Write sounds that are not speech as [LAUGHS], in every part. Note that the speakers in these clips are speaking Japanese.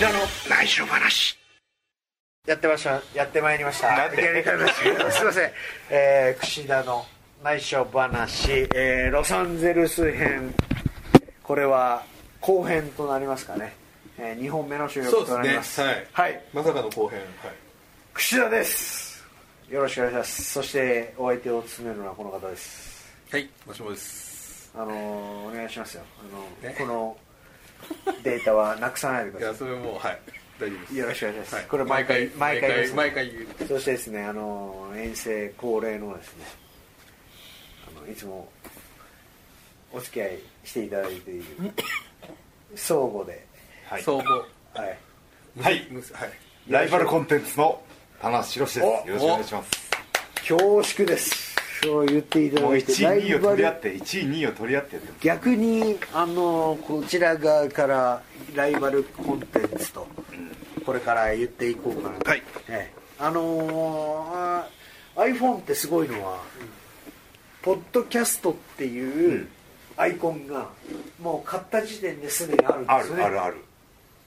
田の内緒話やってましたやってまいりましたなんでいきなり変えましたすいません、えー、串田の内緒話、えー、ロサンゼルス編これは後編となりますかね、えー、2本目の収録となりますそうですねはい、はい、まさかの後編はい串田ですよろしくお願いしますそしてお相手を務めるのはこの方ですはいもしもですあのー、お願いしますよあの、ねこのデータはなくさないでくいだやさそれもうはい大丈夫ですいよろしくお願いします、はいこれ毎回毎回ですね毎回言うそしてですね、あの遠征恒例のですねあのいつもお付き合いしていただいている相互で、はい総合はい、はいむすはいライバルコンテンツの棚橋宏です。よおろしくお願いします。恐縮ですそう言っていたもうだい1て位2位を取り合ライっバルて1位2位を取り合ってやってま逆にあのこちら側からライバルコンテンツとこれから言っていこうかなと、はいええあのーあ iPhone ってすごいのは、ポッドキャストっていうアイコンがもう買った時点ですでにあるんですすねあるあるある。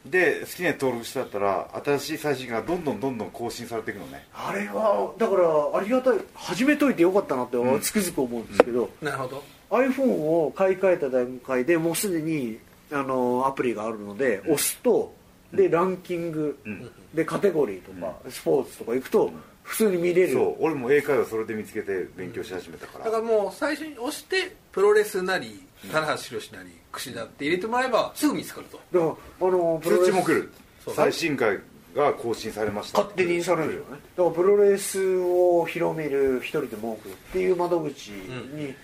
で好きなやつ登録してだったら新しい最新がどんどんどんどん更新されていくのね。あれはだからありがたい始めといてよかったなってつくづく思うんですけど、なるほど iPhone を買い替えた段階でもうすでにあのアプリがあるので、押すとでランキング、んでカテゴリーとか、スポーツとか行くと普通に見れるそう俺も英会話それで見つけて勉強し始めたか。だかららもう最初に押してプロレスなり棚橋宏なり櫛田って入れてもらえばすぐ見つかるとだからあのプロレ通ス知も来るそう。最新回が更新されました。勝手にされるよねだからプロレスを広める一人でも多くっていう窓口に、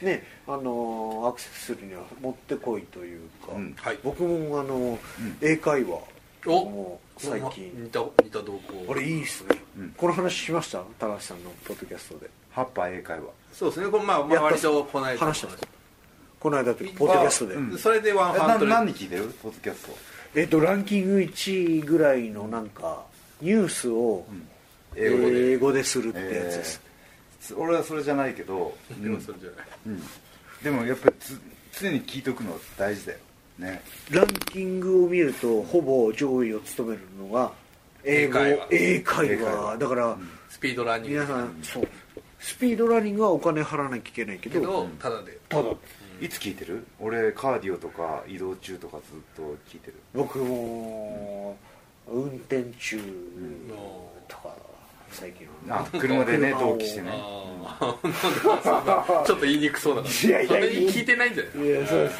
ねあのアクセスするにはもってこいというか、うんはい僕もあの、英会話おも最近似た似た動向あれいいっすね、うんこの話しました高橋さんのポッドキャストでハッパー英会話。そうですねこれまあまあやった割とこの間話したんですこの間というかポッドキャストで、うんそれでワンえハなンドレ何聞いてるポッドキャスト？えっとランキング1位ぐらいのなんかニュースを英語で英語でするってやつです、えー俺はそれじゃないけど。でもそれじゃないうんでもやっぱりつ常に聞いておくのは大事だよねランキングを見るとほぼ上位を務めるのが英語英会話英会英会話話だから、スピードランニン皆グさん、そうスピードランニングはお金払わなきゃいけないけけどどただでただいつ聞いてる俺カーディオとか移動中とかずっと聞いてる僕も運転中もうとか最近はあ車でね車を同期してねあ [LAUGHS] あちょっと言いにくそうだからいやいやそれに聞いてないんじゃないいやそうです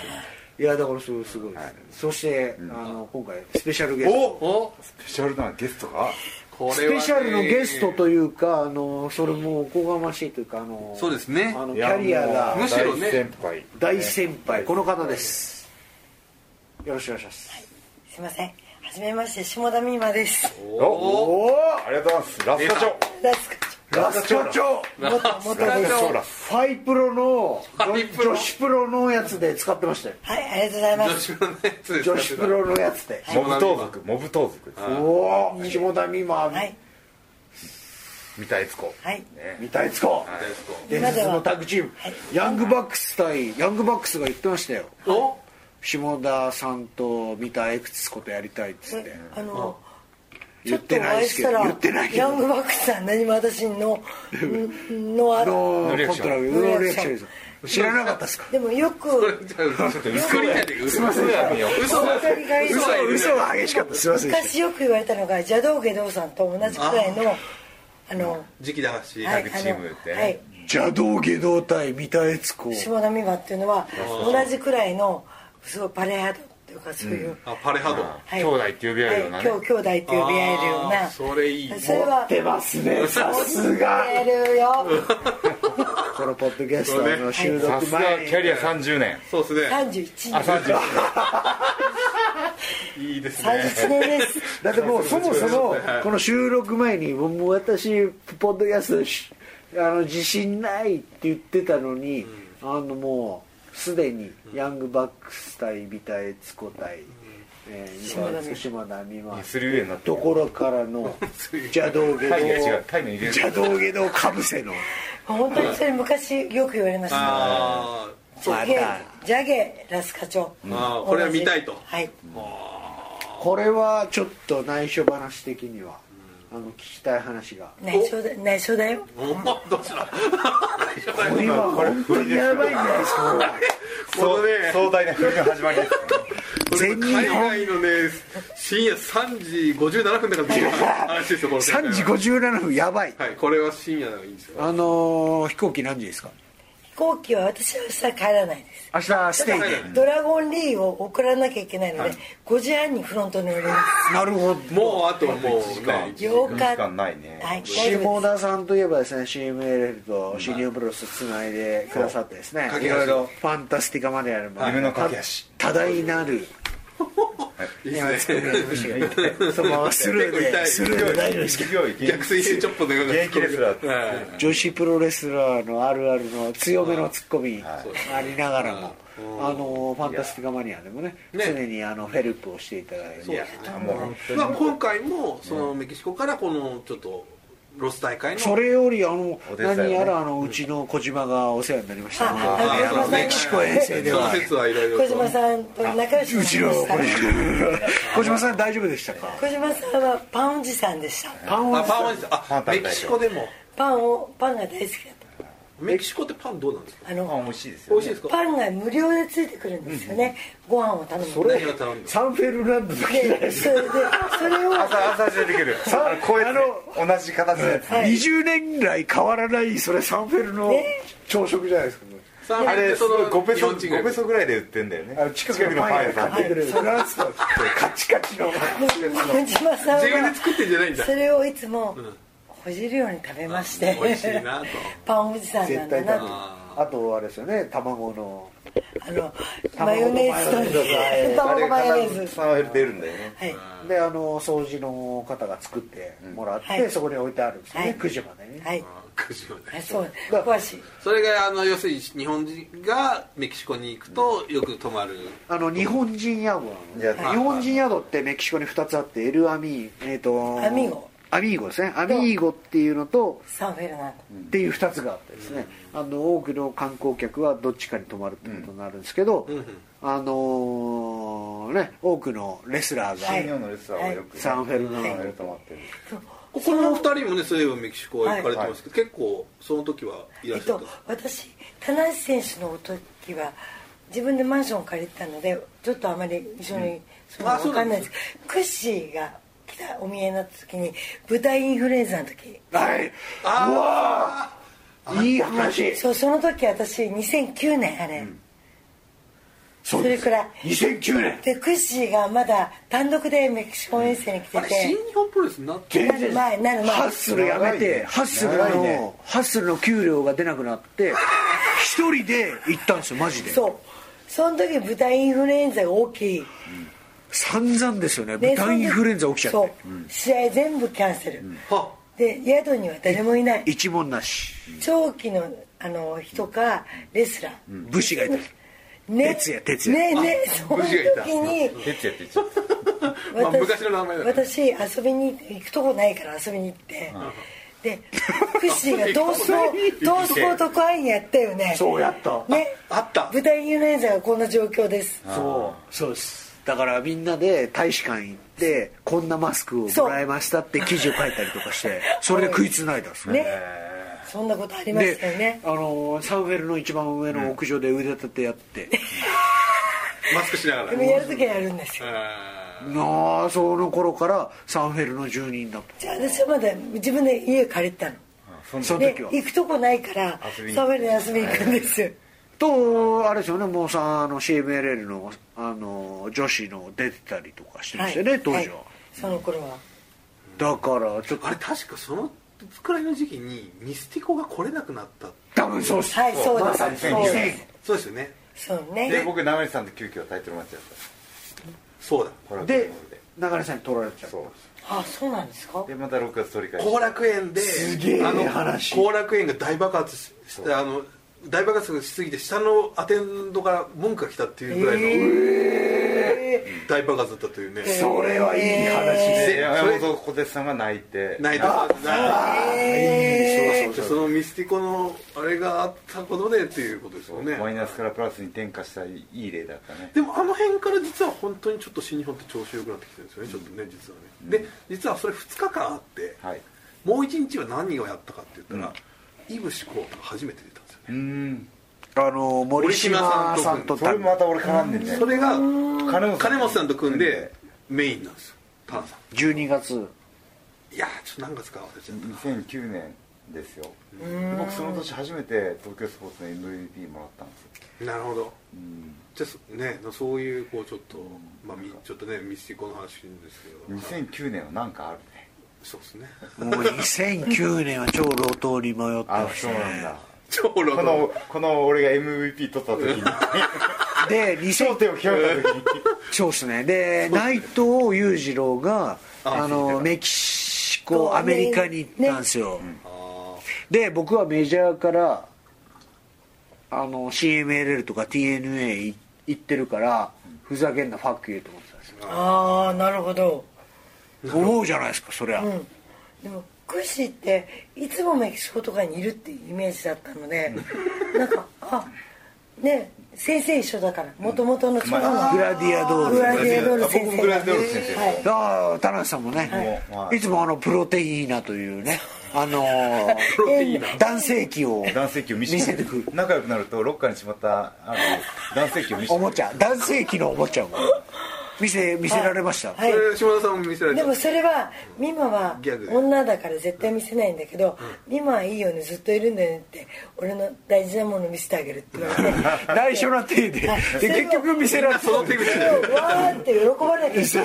いやだからすごいすごいですね、はいそして、あの今回スペシャルゲストおスペシャルなゲストがこスれはねペシャルのゲストというかあのそれもおこがましいというかあのそうですねあのいキやャリアがもうむしろね大先輩大先輩この方ですよろしくお願いしますすいません。はじめまして、下田美馬です。 [LAUGHS] おおありがとうございますラスカチョラスカラスト長ラスカもチっとラスもっとカチョラスファイプロのファイプロ女子プロのやつで使ってましたよはい、ありがとうございま女す。子プロのやつです女子プロのやつでモブ盗賊モブ盗賊ですおお下田美馬、はい、三田悦子はい。ね三田悦子伝説のタッグチームヤングバックス対ヤングバックスが言ってましたよお下田さんと三田悦子とやりたいっつってえあの、ち言ょっっとておない会でいすしけたどら、言ってないけヤどングバックスさん何も私の、んのあのリアコクンシトョンラクノーリアクションです知らなかったですかでもよく、ちょっと作りたいで嘘嘘やめよ嘘本当に外嘘は嘘いる嘘は激しかったすいませんでし昔よく言われたのが、邪道下道さんと同じくらいの、あの、時期だしはい、タッグあチームっての、ねはい、た邪道下道対三田悦子下田美馬っていうのは、同じくらいの、すごいパレードっていうか、そういう、あパレハドはい兄弟って呼び合えるようなねはい、兄兄弟って呼び合えるようあーな。それいいそれは、出ますねさすがやるよこのポッドキャストの収さ録すが前にキャリア30年そうですね31あ30年いいですね31年ですだってもうそもそもはいこの収録前にもう私ポッドキャストしあの自信ないって言ってたのに、あのもうすでにヤングバックス対ビタエツコ対、えー、島田美馬にするようになってところからの邪道下タイの違う道タイの入れる邪道下道かぶせの本当にそれ昔よく言われましたあージャゲジャゲラスカチョあーこれは見たいとはいこれはちょっと内緒話的には、あの聞きたい話が内緒だ内緒だよおおどうしたこれは本当にやばいんじゃないですかこれはそう壮大な冬の始まりです全日海本外のね深夜3時57分だからっていう話ですよこの展開3は時57分やばいはいこれは深夜なのがいいんですよあのー飛行機何時ですか飛行機は私は明日帰らないです明日ステイでドラゴンリーを送らなきゃいけないので、5時半にフロントにおりまなるほどもうあともう時間すよ時かっ間ないね、はい大丈下夫で田さんといえばですね CMLF とシニアブロスつないでくださってですねそういろいろファンタスティカまであれば夢の架け橋多大なる [LAUGHS] いい今です作ねりましたがその [LAUGHS] ままスルー結構痛でいスルーで大丈夫ですか強い逆水平チョップのような現役ですらはい女子プロレスラーのあるあるの強めのツッコミはいありながらも、あのファンタスティカマニアでもねね常にあのフェルプをしていただいそてうでいすやねもう本当にまあ、今回もそのメキシコからこのちょっとロス大会のそれよりあのお手伝いをね何やらあのうちの小島がお世話になりましたねあああのそうですねメキシコ遠征ではその説はいろいろと小島さんと仲良しうちになのりました小島小島さん大丈夫でしたか小島さんはパンおじさんでしたパンあはパンは実はあパン食べたメいキシコでもパンをパンが大好きだっメキシコってパンどうなんですかたあのあ美味しいですよ、ね、美味しいですかパンが無料でついてくるんですよね、ご飯を頼むとそれ何が頼んだサンフェルナンドだけじゃないでですそれでそれを朝朝中でできるあのこうやって同じ形のやつか20年来変わらないそれサンフェルのね朝食じゃないですかねサンフあェれレすごい5ペ日ソ本人が5ペソぐらいで売ってんだよねあの近くのパン屋買ってくれるフランスパンカチカチの小島さん自分はで作ってんじゃないんだそれをいつもほじるように食べまして美味しいなとパンおじさんな絶んだ対食べるなとあとあれですよね卵のあのマヨネーズ卵マヨネーズと卵マヨネーズサンフェル出るんだよねはいであの掃除の方が作ってもらっはていそこに置いてあるんですよはねい9時までねはい苦しいよねあそう詳しいそれがあの要するに日本人がメキシコに行くとよく泊まるあの日本人宿なのいや日本人宿ってメキシコに2つあってエルアミーえーとアミーゴアミーゴですねアミーゴっていうのとサンフェルナンっていう2つがあってですねあの多くの観光客はどっちかに泊まるってことになるんですけどうんうんあのーね多くのレスラーはがい日本のレスラーはよく、サンフェルナンドサンフェルと思ってるここのお二人もねそういえばメキシコは行かれてますけど、結構その時はいドらえっっしゃっと私田中選手の時は自分でマンションを借りてたのでちょっとあまり一緒にそのあそ分うなかんんでなすいですクッシーが来たお見えになった時に舞台インフルエンザの時はいあーうわーいい話そうその時私2009年あれ、そうそれですくらい2009年でクッシーがまだ単独でメキシコ遠征に来たてあれて新日本プロレスになって全なる然前なる前ハッスルやめ長いてねハッスル長いのねハッスルの給料が出なくなって一人で行ったんですよマジでそうその時舞台インフルエンザが大きい散々ですよねで豚インフルエンザ起きちゃそっう試合全部キャンセル、はで宿には誰もいないて一文なし長期のあの人かレスラー、武士がいたね徹夜徹夜ねねその武士がいた時徹に夜って言っちゃっまあ昔の名前だから私遊びに行くとこないから遊びに行って、でクッシーが同窓同窓特派員やったよねそうやったねあった舞台インフルエンザがこんな状況ですそうそうですだからみんなで大使館行ってこんなマスクをもらいましたって記事を書いたりとかしてそれで食いつないだんですよねそんなことありましたよでね、あのーサンフェルの一番上の屋上で腕立てや [LAUGHS] って、マスクしながらでもやる時はやるんですよあなあその頃からサンフェルの住人だとじゃあ私はまだ自分で家借りてたのたのそので時は行くとこないから遊びにサメに遊びに行くんですよとあれですよねもうさあの CMLL のあの女子の出てたりとかしてましたよね、当時は、いその頃はだからちょっーあれ確かそのくらいの時期にミスティコが来れなくなったと多分そうっすはいそうまです、さにそうで2000そうですよねすそうてでね僕ナメさんと急遽タイトルマッチやったそうだコラボので方で流れさんに取られちゃうそうあそうなんですかでまた6月取り返し後楽園ですげえあの話後楽園が大爆発ししてあの大爆発しすぎて下のアテンドから文句が来たっていうぐらいの、大爆発だったというねそれはいい話でえー山本小鉄さんが泣いて泣いたえーそのミスティコのあれがあったことでっていうことですよねマイナスからプラスに転化したいい例だったねでもあの辺から実は本当にちょっと新日本って調子良くなってきてるんですよねちょっとね実はね、で実はそれ2日間あって、はいもう1日は何をやったかって言ったら、イブシコウが初めて出たんですよねうーんあの森島さんとそれまた俺絡んでんねそれが金本金本さんと組んでメインなんですよタナさ12月んいやーちょっと何月か忘れちゃったな2009年ですよ僕その年初めて東京スポーツの MVP もらったんですよなるほどうんじゃあそねそういうこうちょっと、まあ、みちょっとねミスティコの話ですけど2009年は何かあるねそうですねもう2009年は超路頭に迷ってあましそうなんだ超ロこのこの俺が MVP 取った時にたで頂点を極めた時にそうですねで内藤裕次郎がああのメキシコアメリカに行ったんですよ、あで僕はメジャーからあの CMLL とか TNA い行ってるからふざけんなファック言うと思ってたんですよああなるほど思うじゃないですかそりゃ、うんでもクッシーっていつもメキシコとかにいるっていうイメージだったの [LAUGHS] でなんかあね先生一緒だからもともとの祖父のグラディアドールグラディアドール僕先も生グラディアドール先生はいああ田中さんもね、、はいいつもあのプロテイーナという [LAUGHS] ねあのープロテインだ男性器を男性器を見せて見せてくる仲良くなるとロッカーにしまったあの男性器を見せてくるおもちゃ男性器のおもちゃを見せ見せられました、そはいれ島田さんも見せられでたもそれは美馬はギャグで女だから絶対見せないんだけど美馬はいいよねずっといるんだよねって俺の大事なもの見せてあげるって言われて内緒な手ではいで結局見せられてその手口ででもわーって喜ばなきゃいけな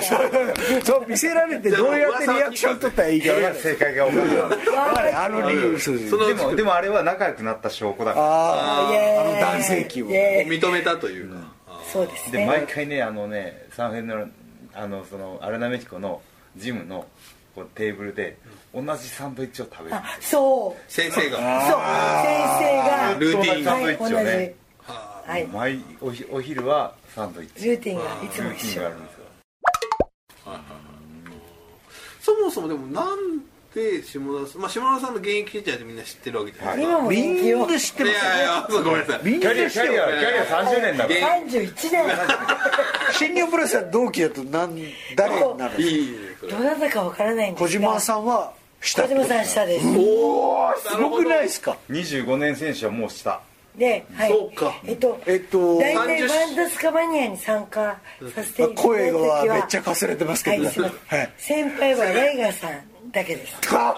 [LAUGHS] いそう見せられてどうやってリアクション取ったらいいかそ分れかが正解が分からないらないあの理由そうそうそのでもでもあれは仲良くなった証拠だからあイエーイあの男性器をイエーイ認めたというか、あそうですでね毎回ねあのねサンフェンのあのそのアルナメヒコのジムのこうテーブルで同じサンドイッチを食べるあそう先生がそう先生がルーティンサンドイッチをね、はい同じ、は毎おひお昼はサンドイッい、チルルーティンがいつもーティ一ン緒があるんですよそもそもでもなんで島田さん、まあ、島田さんの現役時代でみんな知ってるわけじゃないで今もみ元気んよな知ってますすか、いやいやそうごめんなさいみんキなャリア知キっャてリるアキャリア30年だから31年新日本プロレスは同期だと何誰になるんですかいいいいそれどなたかわからないんです小が島さんは下小島さん下ですおおすごくないですか25年選手はもうしたで、はい、そうかえっとえっと大体30バンダスカマニアに参加させていただいた時は声はめっちゃかすれてますけどはいすいませんはい先輩はライガーさんだけですだか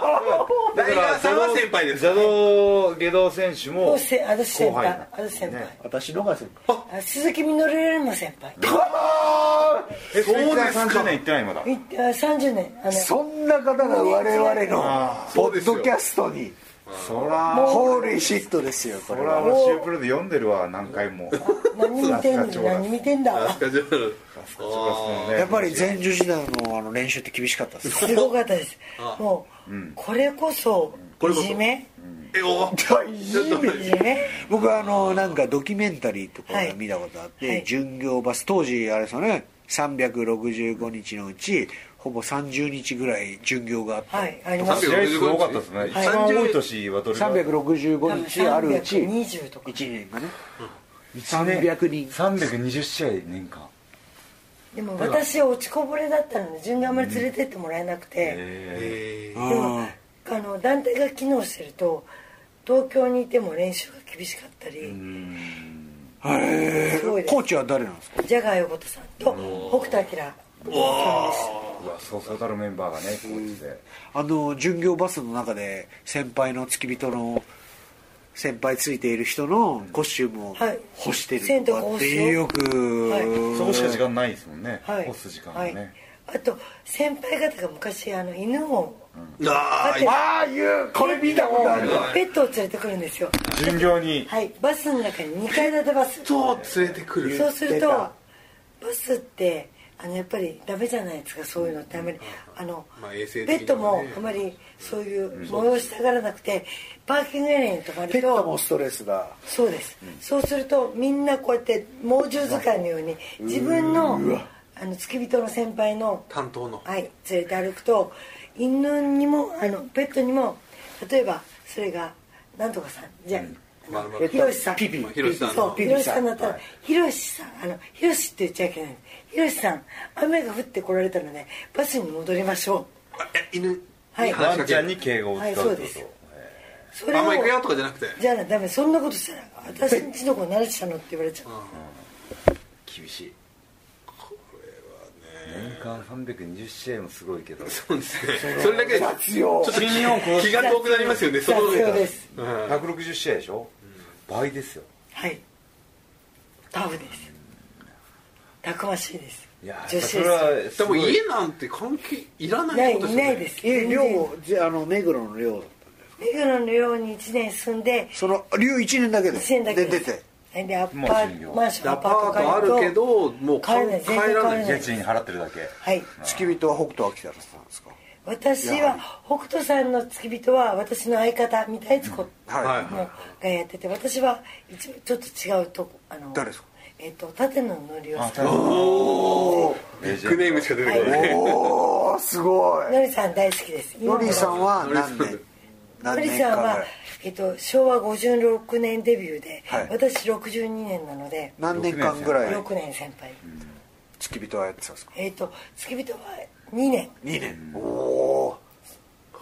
らさんは先輩です邪道下道選手ももうせ私先輩私先輩、ね私のが先あ鈴木みのるよりも先輩えそうそうですか30年いってないまだいあ30年あ [LAUGHS] のそんな方が我々のポッドキャストにそらホーリーシットですよこそれらは俺シュープロで読んでるわ何回も何見てんさすが長の男何見てんだあじゃそうですねやっぱり全女子団のあの練習って厳しかったですすごかったですもう、これこそこれいこそじめあえおいじめ [LAUGHS] 僕はあのなんかドキュメンタリーとかを見たことあって、はいはい巡業バス当時あれですよね365日のうちほぼ30日ぐらい巡業があって、はいあります試合数多かったですね、一番多い年はどれぐらい365日あるうち320とか1年がね300 300人320試合年間でも私落ちこぼれだったので順番あんまり連れてってもらえなくて、ええあーでもーあの団体が機能してると東京にいても練習が厳しかったり、すごいですコーチは誰なんですかジャガー横田さんと北斗晶ー、うわそうそうたるメンバーがねこうやってあの巡業バスの中で先輩の付き人の先輩ついている人のコスチュームをはい干してるとかってよく、はいそこしか時間ないですもんねはい干す時間がね、はい、あと先輩方が昔あの犬をあーいいああいうこれ見たことあるわペットを連れてくるんですよ巡業にはいバスの中に2階建てバス人を連れてくるそうする出たとバスってあのやっぱりダメじゃないですかそういうのってあまりあの、まあ衛生的にもベねッドもあまりそういう催したがらなくてパーキングエリアに泊まペるットもとストレスだそうです、そうするとみんなこうやって猛獣図鑑のように自分のあの付き人の先輩の担当の、はい、連れて歩くと犬にもあのペットにも例えばそれがなんとかさんじゃあ、まるまえるっとひろしさんピピひろしさんそうのひろしさんだったらひろしさんあのひろしって言っちゃいけないひろしさん雨が降ってこられたのでバスに戻りましょうあえ犬にはい話ワしかけンちるゃんに敬語を使うってこと、はいそうですそあんま行くよとかじゃなくてじゃあなダメそんなことしたら私んちの子慣れてたのって言われちゃう厳しい年間320試合もすごいけどそうですねそれだけでちょ必要っと気気が遠くなりますよねその必要ですうん160試合でしょ、倍ですよはいタフですたくましいですいや女子それですはですもごい家なんて関係いらなないいことですよねいないですえ寮じゃあの目黒の寮だったんだよ目黒の寮に1年住んでその寮一年だけで1年だけで出でててでアパもう住んでーよマンションアアパパートートあるけどもう帰らない帰全然帰ららなないい家賃払ってるだけはい付き人は北斗晶さんですか私は北斗さんの付き人は私の相方三田悦子はいはいのがやってて私は一応ちょっと違うとこあの誰ですかえっと舘野のりおあさんただおビッグネームしか出てこないおおすごいのりさん大好きですのりさんはのりさ何ん年の何り年さかんぐら、はいえっと、昭和56年デビューで、はい私62年なので何年間ぐらい6年先輩、付き人はやってたんですかえっと付き人は2年2年おお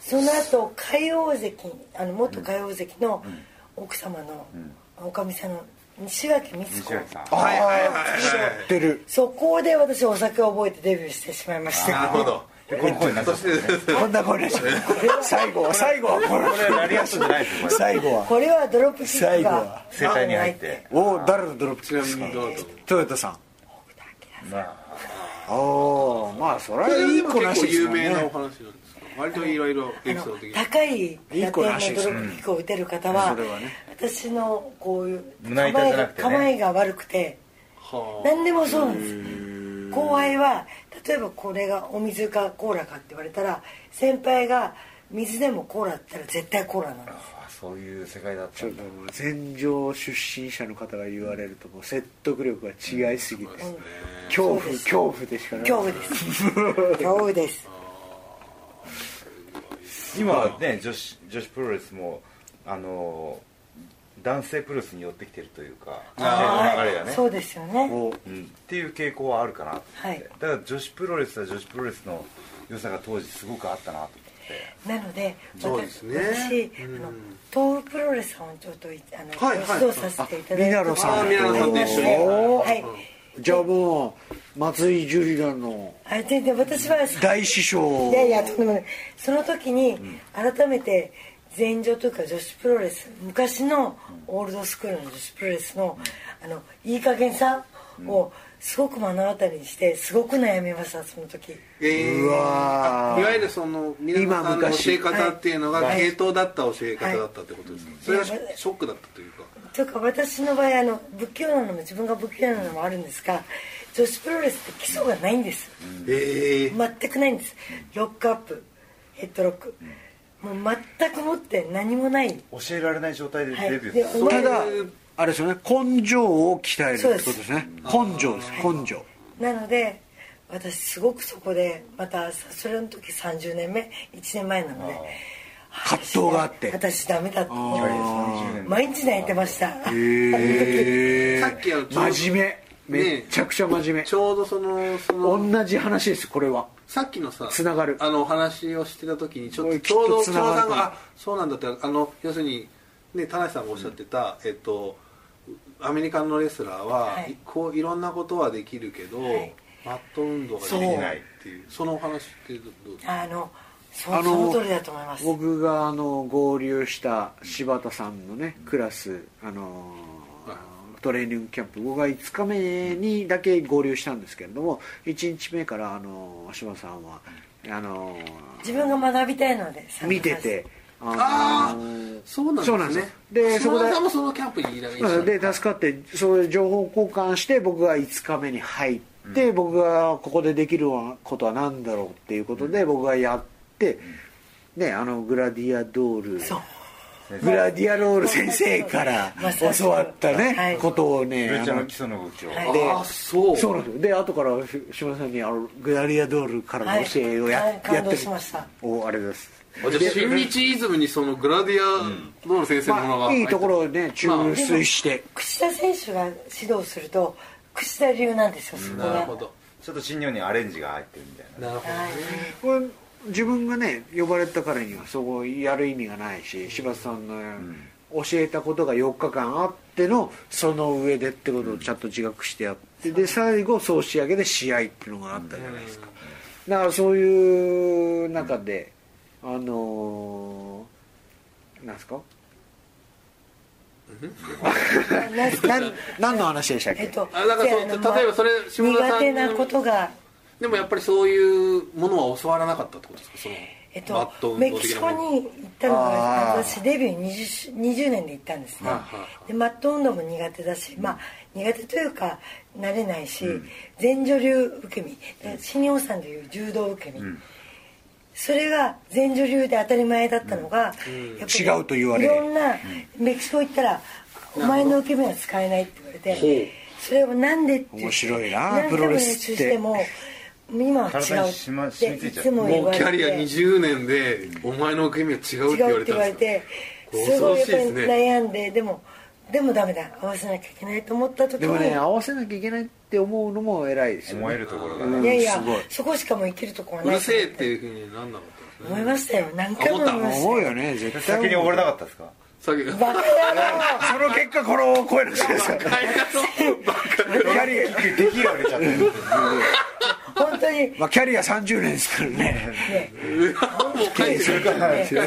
その後海王関あの元海王関の奥様の、おかみさんの西脇光西子脇さんーはいはいはい知ってるそこで私お酒を覚えてデビューしてしまいましたなるほどでこの声になっちゃった、ね、こんな声で [LAUGHS] しょ最後は最後はこれこれラリアットじゃないですよこれ最後はこれはドロップキック最後がは生態に入っておお誰のドロップキちッなクでみすかにどうぞトヨタさんまあおおまあそれそはれいでいも子結らしい構です有もん名なおね話なんですか割といろいろあエピのソード的に高い打点のドロいい子らしいですップキックを打てる方はうんそれはね私のこういう胸板じゃなくてね構えが悪くてはあ何でもそうなんです後輩は例えばこれがお水かコーラかって言われたら先輩が水でもコーラだったら絶対コーラなんですあそういう世界だったちょっんだともう全場出身者の方が言われるともう説得力が違いすぎて恐怖そうです恐怖でしかない恐怖です恐怖です今はね女子女子プロレスもあの男性プロレスに寄ってきてるというか時代の流れがねそうですよねおうんっていう傾向はあるかなと思って、はいだから女子プロレスは女子プロレスの良さが当時すごくあったなと思ってなのでそうですね私あうんの東武プロレスさんをちょっといあのはいはいご指導させていただいてミナロさんあミナロさんと一緒におはいじゃあもう松井樹里奈のあ全然私は大師匠いやいやとんでもないその時に改めて前場というか女子プロレス昔のオールドスクールの女子プロレスのあのいい加減さをすごく目の当たりにしてすごく悩みましたその時えーうわーいわゆるその皆さんの教え方っていうのがはい系統だった教え方だったってことですかそれがショショックだったというかというか私の場合あの仏教なのも自分が仏教なのもあるんですが女子プロレスって基礎がないんですええ全くないんですロックアップヘッドロックもう全くもって何もない教えられない状態ではいデビューした、でお前ただあれですよね根性を鍛えるってそうこですとですね根性です根性なので私すごくそこでまたそれの時30年目1年前なので葛藤があって私ダメだっていわゆる30年毎日泣いてましたへえさっきはちょうど真面目めちゃくちゃ真面ちょうどそのその目同じ話ですこれはさっきのさつながるあのお話をしてた時にちょっおといちょうどきっとつなが長るさんがあそうなんだってあの要するにね田無さんがおっしゃってた、えっとアメリカのレスラーは、はいい、こういろんなことはできるけど、はいマット運動ができないっていうそのお話ってどどうですかあのそあそのの通りだと思います僕があの合流した柴田さんのねクラスあのートレーニングキャンプ僕が5日目にだけ合流したんですけれども1日目からあのー柴田さんはあのー自分が学びたいので見ててああのーーそうなんですねでそ島こで田さんもそのキャンプにいらっしゃうるんで助かってそれ情報交換して僕が5日目に入って、僕がここでできることは何だろうっていうことで僕がやって、ねあのグラディアドールそうグラディアロール先生からまさしく教わったはねいことをねルチャあのの基礎の動きを、はいでああそうそうなんですよで後から島田さんにあのグラディアドールからの教えをや,、はい感やって動しましたおあれですあじゃあ新日イズムにそのグラディアの先生のものがまあ、いいところをね注水して、櫛田選手が指導すると櫛田流なんですよそこなるがほどちょっと新日本にアレンジが入ってるみたいななるほどねはいこれ自分がね呼ばれたからにはそこをやる意味がないし柴田さんの教えたことが4日間あってのその上でってことをちゃんと自覚してやって、で最後総仕上げで試合っていうのがあったじゃないですか、だからそういう中で、あのー、なんですかなんすなん何の話でしたっけ、えっとあだからそうであの例えばそれ下田さん苦手なことがでもやっぱりそういうものは教わらなかったってことですかそのえっバとット、運メ動キ的シなコものに行ったのがあー私デビュー 20, 20年で行ったんですね、はいはいでマット運動も苦手だし、まあ、苦手というか慣れないし、前女流受け身で新日本さんでいう柔道受け身、それが前女流で当たり前だったのが、やっぱり違うと言われいろんなメキシコ行ったら、お前の受け身は使えないって言われてそれをなんでって言って面白いな何回もプロレスって練習しても今は違体うにしま染っみてついいちゃうつも言もわうれキてャリア20年でお前の受け身は違うって言違わうっれて言たんわれでてすすかご恐いろしやっいでぱりすね悩んででもでもダメだ合わせなきゃいけないと思った時でにもね合わせなきゃいけないって思うのも偉いですよ、ね、思えるところがうねんいやいやすごいそこしかもう生きるとこはうないるせえっていうふうになんなかったんです思いねましたよ何回も思いました思うよね絶対先に溺れなかったですかさっきバカ野郎その結果この声のせい [LAUGHS] ですからキャリア、できが売れちゃってる本当にまあ、キャリア30年ですからねねもう帰ってくる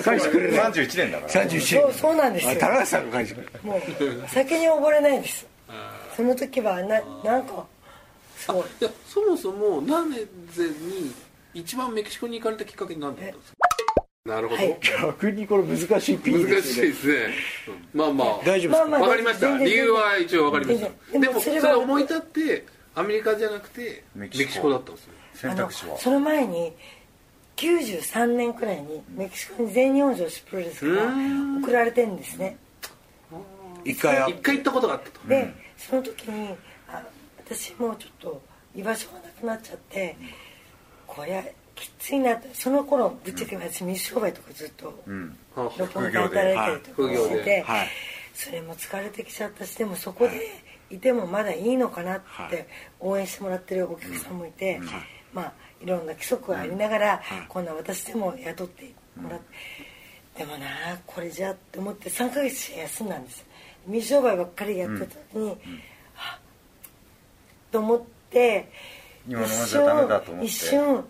返してくれない31年だから31そうそうなんですよあ高橋さんが返してくれるもう酒に溺れないですその時はななんかすごいいやそもそもなぜに一番メキシコに行かれたきっかけなんだったんですかなるほど、はい逆にこれ難しいピー難でしすいよでねすねまあまあ大丈夫ですか、まあまあわかりました全然理由は一応わかりましたで全然もそれは思い立ってアメリカじゃなくてメメキキシシココだったんですよ選択肢あはのその前に93年くらいにメキシコに全日本女子プロレスが送られてるんですね一回あ一回行ったことがあったとで、その時にあ私もうちょっと居場所がなくなっちゃって、こりゃきついなってその頃ぶっちゃけ私水商売とかずっとうんはあ六本木で働いたりとかして副業て、ではいそれも疲れてきちゃったしでもそこでいてもまだいいのかなっはいて応援してもらってるお客さんもいて、まあいろんな規則がありながら、こんな私でも雇ってもらって、でもなあこれじゃって思って3ヶ月休んだんです未商売ばっかりやってた時に、はあと思って今のままじゃダメだと思って一瞬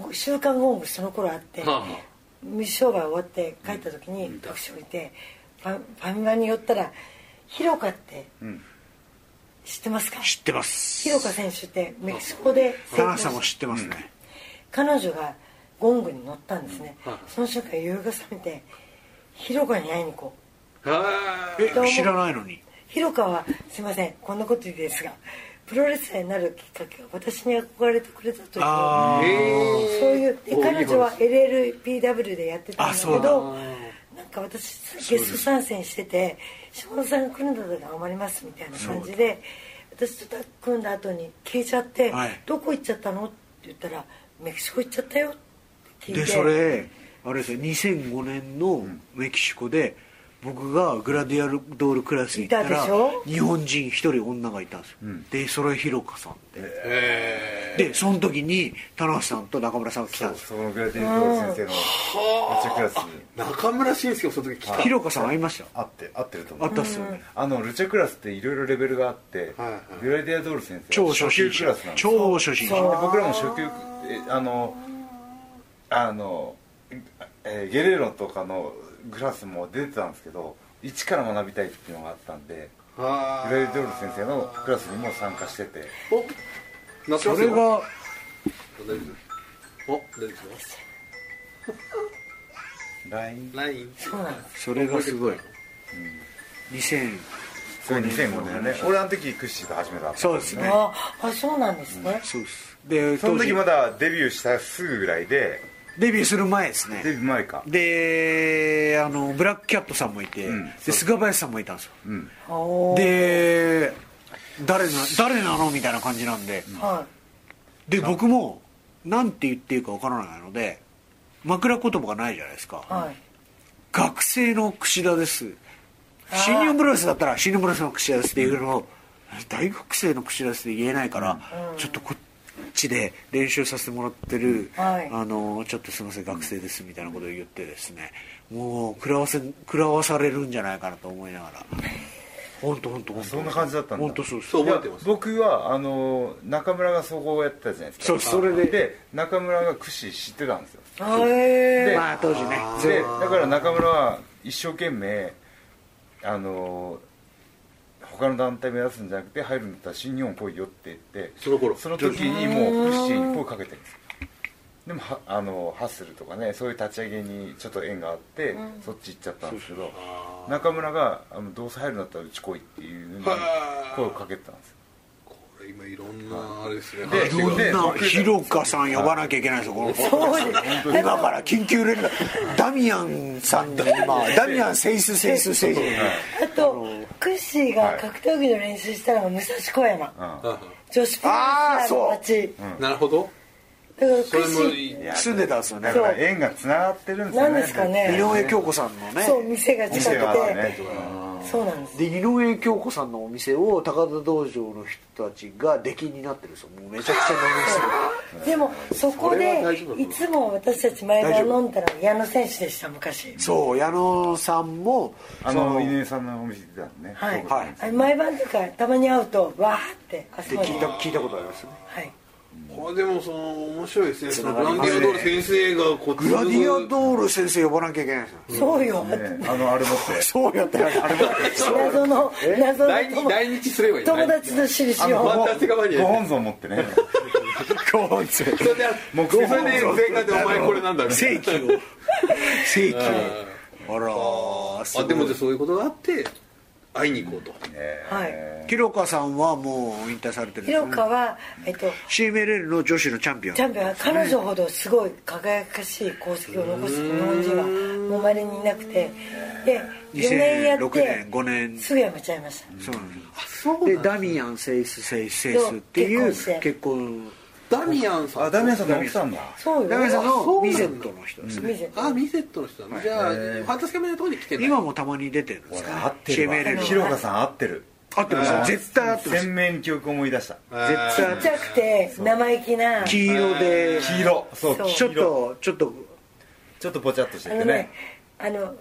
一瞬週間後その頃あって、はあはあ未商売終わって帰った時にタクシー降りてファファミマに寄ったら広カって知ってますか知ってます広カ選手ってメキシコで成高功橋しさんも知ってますね、彼女がゴングに乗ったんですね、うんはいその瞬間夕方覚めて広カに会いに行こうはあどうもえ知らないのに広川はすいませんこんなこと言うんですがプロレスラーになるきっかけは私に憧れてくれたというあへそういうでお彼女は LLPW でやってたんだけあどなんか私ゲスト参戦してて下田さんが組んだ時余りますみたいな感じで私とタッグ組んだ後に消えちゃって、はいどこ行っちゃったのって言ったらメキシコ行っちゃったよって聞いてでそれあれですよ2005年のメキシコで僕がグラディアルドールクラス行ったいたらでしょ日本人一人女がいたんですよ、でそれひろかさんって、えでその時に田中さんと中村さんが来たんですよそのグラディエート先生のめっちゃクラスにー中村信介もその時来たひろかさん会いました合って合ってると思あうったっすよね、あのルチャクラスっていろいろレベルがあって、はいはいグラディアドール先生超は初初心級ク者ラスなんですよ超初心そう者で僕らも初級えあのあの、えーゲレーロとかのクラスも出てたんですけど一から学びたいっていうのがあったんではグラディアドール先生のクラスにも参加してておなってそますれよが大丈夫ですお大丈夫ですよ LINE ラインそうなんですそれがすごい2000それ2005年だね俺あの時クッシーと始めたそうですねああそうなんですね、そうですでその当時時まだデビューしたすぐぐらいでデビューする前ですねデビュー前かであのブラックキャットさんもいて、んで菅林さんもいたんですよ、おーで誰な誰なのみたいな感じなんで、はで僕もなんて言っていいかわからないので枕言葉がないじゃないですか、いはい学生の櫛田ですー新日本プロレスだったら新日本プロレスの櫛田ですって言うのを、大学生の櫛田ですって言えないから、ちょっとこっちで練習させてもらってる、はいあのちょっとすみません学生ですみたいなことを言ってですねもう食らわせ食らわされるんじゃないかなと思いなが [LAUGHS] ら本当本当本当そんな感じだったんだ本当そうですそう覚えてますいや僕はあの中村が総合をやってたじゃないですかそうそれでで中村が櫛知ってたんですよへでまあ当時ねあーでだから中村は一生懸命あの他の団体目指すんじゃなくて入るんだったら新日本来いよって言ってその頃その時にもう屈指に声かけてるんですよでもはあのハッスルとかねそういう立ち上げにちょっと縁があって、そっち行っちゃったんですけど中村があのどうせ入るんだったらうち来いっていうのにはあ声をかけてたんですよこれ今いろんなあれですねでいろんでな広川さん呼ばなきゃいけないんですよこの子 [LAUGHS] そうです今から緊急連絡ダミアンさんに [LAUGHS] 今ダミアンセイスセイスセイスあとクッシーが格闘技の練習したのが武蔵小山あ女子プロレスラーの街なるほどだからクそれッシもーいいいや住んでたんですよねだから縁がつながってるんですよねなんですかね井上京子さんのねそう店が近店がくて、ねそうなんですで井上京子さんのお店を高田道場の人たちが出禁になってるんですよもうめちゃくちゃ飲みますよ [LAUGHS] でもそこそれでは大丈夫なのいつも私たち毎晩飲んだら矢野選手でした昔そう矢野さんもあの井上さんのお店行ってたのねはい、そうはいあれ毎晩とかたまに会うとわーってっ集てまる聞いた聞いたことありますねはいこれでもその面白いですねそのつなグがラりンまデすィねアドール先生がこうグラディアドール先生呼ばなきゃいけないんですよそうよ、ねあのあれ持って [LAUGHS] そうやって [LAUGHS] あれ謎の謎来の日来日すればいい友達の印あのをワンタンが前にご本尊持ってねこうそれでもうそれで前回でお前これなんだろ正規を正規をあらーすあごいでもじゃあそういうことがあって会いに行こうとはい広川さんはもう引退されてるんです広川は、えっと CMLL の女子のチャンピオンチャンピオンは彼女ほどすごい輝かしい功績を残す日本人はもうまれにいなくてで4年や2006って年5年すぐ辞めちゃいましたそうなんですそうでダミアン・セイス・セイス・セイスっていう結婚して結婚ダミアンさんあダミアンさんの奥さんだそうよダミアンさんのそうミなんゼだットの人ですね見せてあミセットの人だじゃあファンタスカメラのところに来てんだ今もたまに出てるんです合かってるわ CMLL 広川さん合ってる合ってます絶対合ってます鮮明に記憶思い出したあー絶対合っちっまてちゃくて生意気なす黄色で黄色そうそう黄色ちょっとちょっとちょっとぽちゃっとしてあてのねねあの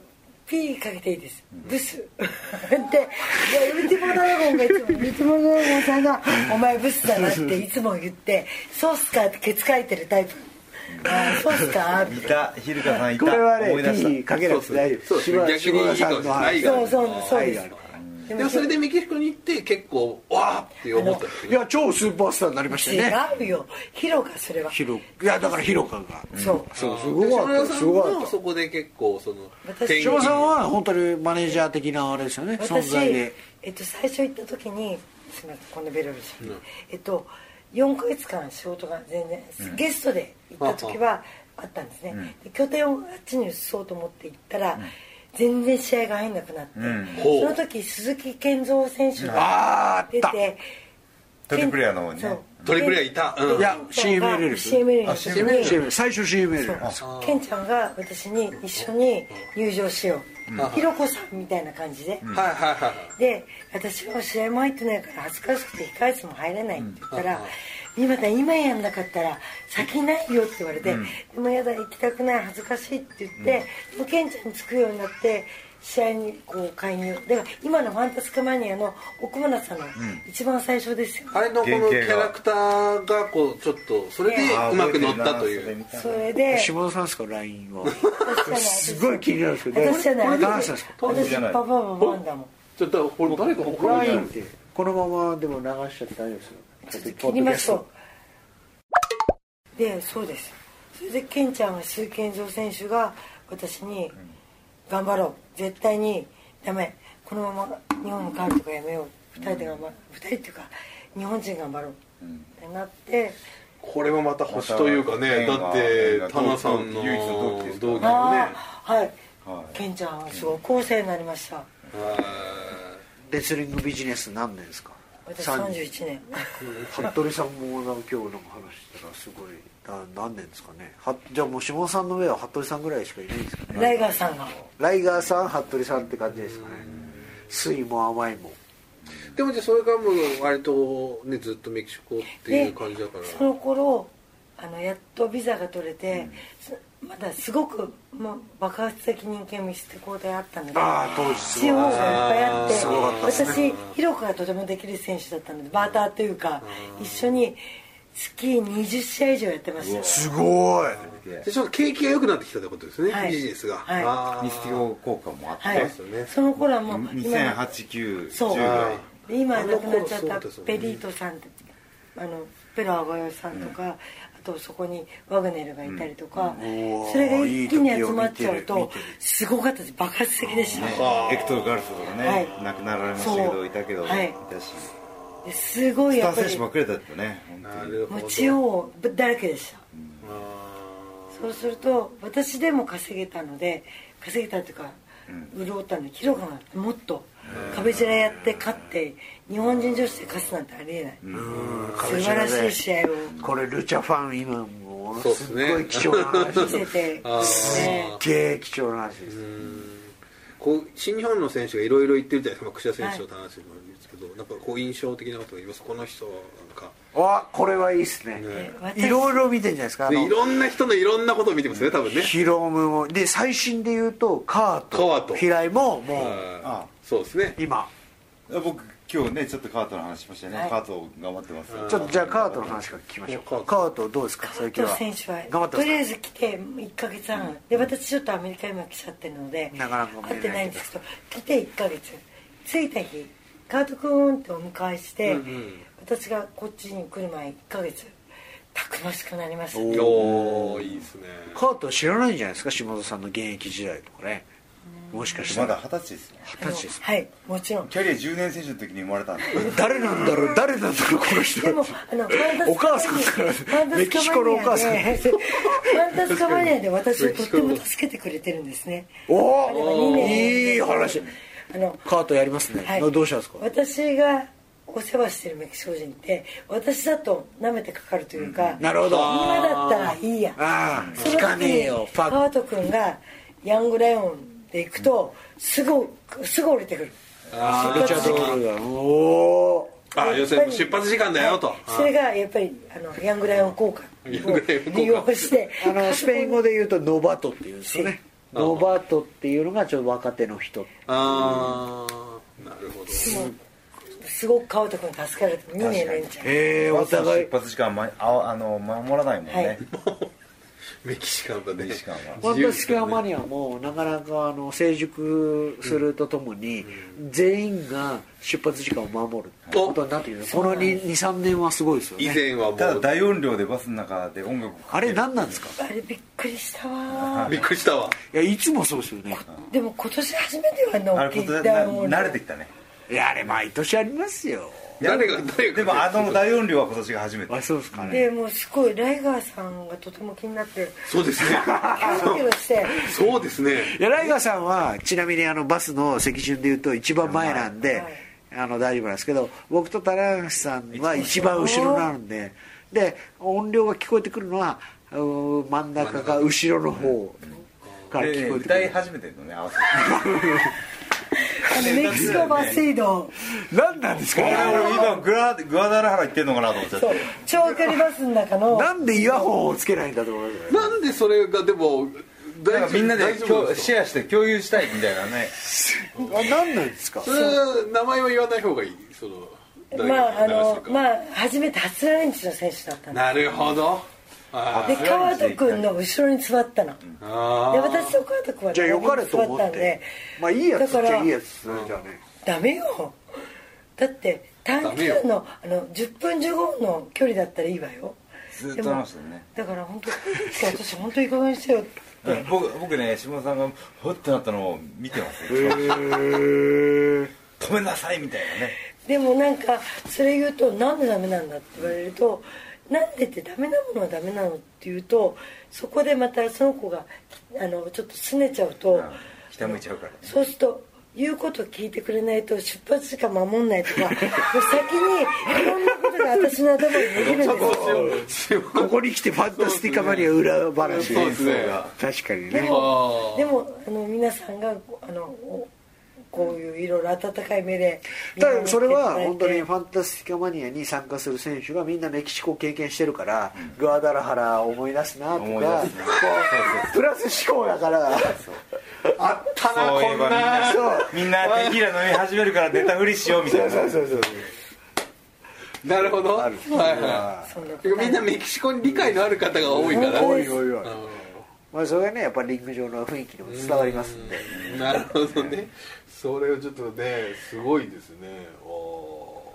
P かけていいですブス [LAUGHS] ででウルティモドラゴンがいつもウルティモドラゴンさんが「お前ブスだな」っていつも言って「そうっすか」ってケツかいてるタイプ「あーそうっすか」っていた広川さんいこれたは思い出ねし P かけなくて大丈そう夫ですそうです柴逆に柴さんの愛がそうそうそうで愛すがあるからでもそれでメキシコに行って結構わーって思ったんですいや超スーパースターになりましたよね違うよ広がそれは広いやだから広川がそうそうす島ごかっ村たさすんごかもったそこで結構その私転機島村さんは本当にマネージャー的なあれですよね存私在でえっと最初行った時にすみませんこんなベロベロしゃべるえっと4ヶ月間仕事が全然、ゲストで行った時はあったんですね、で拠点をあっちに移そうと思って行ったら、全然試合が入んなくなって、ほうその時鈴木健三選あ手ーあがっ出たてトリプルヤの方にねそうトリプルヤいたうんいや CMLL です CML の時 CML に CML 最初 CML なんですそうケンちゃんが私に一緒に入場しよう、ひろこさんみたいな感じで、はいはいはいはいで私は試合も入ってないから恥ずかしくて控室も入れないって言ったら「今だ今やんなかったら先ないよ」って言われて「でもやだ行きたくない恥ずかしい」って言って、もうケンちゃんにつくようになって試合にこう介入だから今の「ファンタスカマニア」の奥村さんの一番最初ですよ、あれのこのキャラクターがこうちょっとそれであーうまく乗ったとい覚えてるうなそそれ見れで島田さんですか LINE は私じゃないすごい気になるんですけど私じゃないこれ何したんですか当私じゃないパパパワンだもんちょっとこれ誰か怒られ LINE るってこのままでも流しちゃって大丈夫ですよちょっと切りましょうでそうですそれでケンちゃんは周健三選手が私に「頑張ろう絶対にダメこのまま日本に帰るとかやめよう二人で頑張ろう二人っていうか日本人頑張ろう」ってなってこれはまた星というかねまだたって縁がタナさんの唯一の同期ですから同期だよねああはい、はいケンちゃんはすごくお世話になりましたはいレスリングビジネス何年ですか私31年服部さんもなんか今日なんか話してたらすごいな何年ですかねはじゃあもう下尾さんの上は服部さんぐらいしかいないんですかねライガーさんがライガーさん服部さんって感じですかね酸いも甘いもでもじゃあそれからもう割とねずっとメキシコっていう感じだからその頃あのやっとビザが取れて、すまだすごく、ま、爆発的人気を見せてこうであったのでああ当時すご地い方がいっぱいあってすごかったです私広くがとてもできる選手だったのでバーターというか一緒に月20試合以上やってましたすごいでちょっと景気が良くなってきたってことですね、はいビジネスが、はいあーミスティオ効果もあって、はそういですよねその頃はもう2008、9、そう10は代いで今亡くなっちゃっあの頃そうたですよねペリートさんとあのペロ・アゴヨさんとか、あとそこにワグネルがいたりとか、んうわそれが一気に集まっちゃいうい時を見とてるすごかったです爆発的でした、あーエクトル・ガルソとかね、はい亡くなられましたけそどういたけど、はいいたしですごいスターやっ選ぱり手ばっかりだったね本な当にるもほうど地方だらけでしたあーそうすると私でも稼げたので稼げたというか潤ったので広くなってもっと壁面やって勝って日本人女子で勝つなんてありえない、素晴らしい試合をこれルチャファン今ものそうっすすっねごい貴重な話見せ [LAUGHS] てあーすっげえ貴重な話ですこう新日本の選手がいろいろ言ってるじゃないですか、まあ、櫛田選手の話もあるんですけど、なんかこう印象的なことが言いますこの人はなんかあこれはいいですねねいろいろ見てんじゃないですかあでのいろんな人のいろんなことを見てますね多分ねヒロムもで最新で言うとカートカート平井ももうあーそうですね今僕今日ねちょっとカートの話しましたよね、はいカート頑張ってますよちょっとじゃあカートの話から聞きましょうカートカートどうですか最近今は日選手は頑張ってとますりあえかず来て1か月半、で私ちょっとアメリカ今来ちゃってるのでなかなか見会っれてなないいけんどですけど来て1か月着いた日カート君ってお迎えして、うんうん私がこっちに来る前1か月たくましくなりましたねおおいいですねカート知らないんじゃないですか下田さんの現役時代とかねもしかしたまだら二十歳ですよ二あの十歳ですはいもちろんキャリア10年選手の時に生まれたんですよ誰なんだろう誰なんだろうこの人でも [LAUGHS] あのファンタスお母さんからファンタスカマニアでメキシコのお母さんファンタスカマニアで私をとっても助けてくれてるんですねおあれは二お年いい話あのカートやりますね、はいどうしたんですか私がお世話してるメキシコ人って私だと舐めてかかるというか、なるほどあ今だったらいいやあその時に聞かねえよファ川戸君がヤングライオンで行くとすぐすぐ降りてくるあルチャードキルがおおあー要するに出発時間だよと、はいそれがやっぱりあのヤングライオン効果をヤングライオン効果利用して [LAUGHS] あのスペイン語で言うとノバトっていうんですよねノバトっていうのがちょっと若手の人ああなるほどもうすごく川戸君に助かられて2年連チャンへえお朝の互い出発時間まああの守らないもんね、はいメキシカンだねメキシカンはワンダス自由ケアですねマニアもなかなかあの成熟するとともに、全員が出発時間を守るってことになってくるこの23年はすごいですよ以ね前はもただう大音量でバスの中で音楽をあれ何なんですかあれびっくりしたわびっくりしたわいやいつもそうですよねでも今年初めてはあのれことダなイヤモンド慣れてきたねいやあれ毎年ありますよ誰が誰がでもあの大音量は今年が初めてあそうですかねでもうすごいライガーさんがとても気になってそうですねキョロキョロしてそうですねいやライガーさんはちなみにあのバスの席順でいうと一番前なんで、はいあの大丈夫なんですけど僕と棚橋さんは一番後ろなんでで音量が聞こえてくるのはうー真ん中か後ろの方からで聞こえてく歌いる始めてるのね合わせてあのメキシコバス移動何なんですか俺俺今グラグアダラハラ行ってんのかなと思っちゃっそうて長距離バスの中のなんでイヤホンをつけないんだと思いますなんでそれがでもなんかみんなで大丈夫共ですシかェアして共有したいみたいなねあ何なんですかそれは名前は言わない方がいいその誰まああが流してのるかまあ初めて初来日の選手だったのなるほどあで初来日川戸君の後ろに座ったのでーあー私と川戸君はじゃあよかれと思っ座ったんでてまあいいやつっちだからゃいいやつですねじゃあねダメよだって短距離のあの10分15分の距離だったらいいわよずっでとも話してるねだから本当私本当いい加減にしてよって僕僕ね下田さんがふってなったのを見てますよ止めなさいみたいなねでもなんかそれ言うとなんでダメなんだって言われるとなんでってダメなものはダメなのっていうとそこでまたその子があのちょっと拗ねちゃうとあひたむいちゃうからねそうすると言うこと聞いてくれないと出発時間守んないとかもう先にいろんなことが私の頭にできるんですよここに来てファンタスティカマニア裏話そうですね確かにでねあもでもあの皆さんがあのおこういういろいろ温かい目でただそれは本見守っ当にていただいてファンタスティカマニアに参加する選手がみんなメキシコを経験してるからルアダラハラを思い出すなと思い出かすねこうプラス思考だからあったなそういこえんばみんななそうみんなテキーラ飲み始めるから寝たふりしようみたいそなうそうそうそうなるほどあはいるはそんなこといみんなメキシコに理解のある方が多いからおいおいおい [LAUGHS] あまあそれがねやっぱりリング上の雰囲気にも伝わりますんでー [LAUGHS] なるほどねそれをちょっとねすごいですねあーなるほ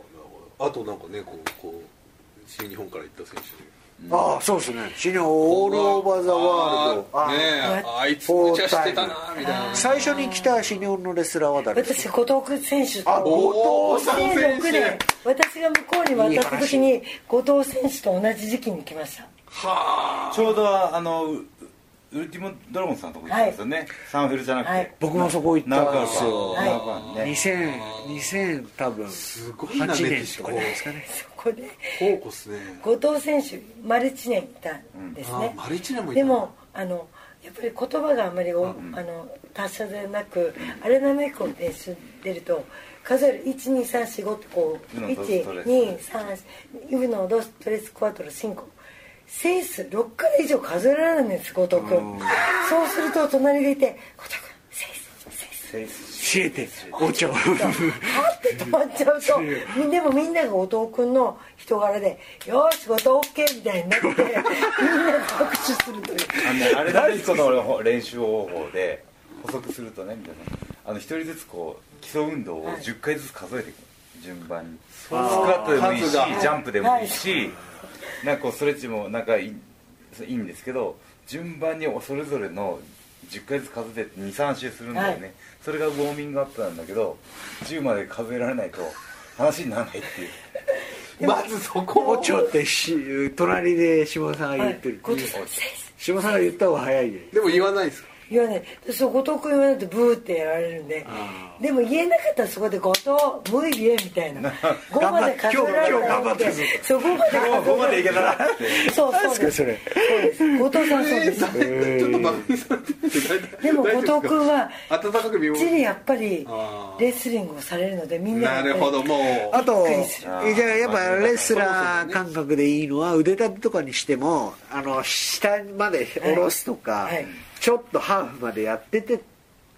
どあとなんかねこうこう新日本から行った選手ああそうですね死のオールオーバー・ザ・ワールドああーねえあいつフォ無ー茶タイしてムたなみたいな最初に来たシニョンのレスラーは誰です私後藤選手かあと後藤さん後藤2006年私が向こうに渡った時いに後藤選手と同じ時期に来ましたはあちょうどあのウウルティモドラゴンさんのとこ行ったんですよね、サンフルじゃなくて、はい僕もそこ行ったん中ですよ川い中川ね2000 2000多分すごいな8メ年キシとコかじゃないですかねそこで宝庫っすね後藤選手丸1年いたんですあー、ね丸一年もいたでんだもあのやっぱり言葉があまりおあの達者でなく、あれなめっこの練習出ると数える12345ってこうウノドストレス123ウノドストレスクワトロシンコセンス6から以上数えられるんです後藤君そうすると隣がいて「後藤君センスセンス」知えてお茶をパッて止まっちゃうとみでもみんなが後藤君の人柄で「よーし後藤 OK」みたいになってみんなが拍手するというあのねあれだけ一個の俺の練習方法で補足するとねみたいなあの一人ずつこう基礎運動をはい10回ずつ数えていくの順番にスクワットでもいいし数がジャンプでもいいしなんかこうストレッチもなんかいいそういいんですけど順番にそれぞれの10回ずつ数えて23周するんだよね、はいそれがウォーミングアップなんだけど10まで数えられないと話にならないっていうまずそこおを茶ってし隣で下さんがは言っいてる後藤さんセンス下さんが言った方が早いででも言わないですか言わないでそう後藤君言わないとブーってやられるんででも言えなかったらそこで「後藤無理え」みたいな「5まで数えられ今日今日頑な張っい」っててるぞそう5まで数えられないここまでいけたなってそう何でそうすかですそれそうです後藤さんそうですちょっとバカにされてるけどでも大丈夫後藤君はですか温かく見きっ守ちりるやっぱりあーレスリングをされるのでみんながなやっぱるほりどもうあとびっくりすじるゃあやっぱレスラー感覚でいいのは腕立てとかにしてもあの下まで下ろすとか、はいはいちょっとハーフまでやっててって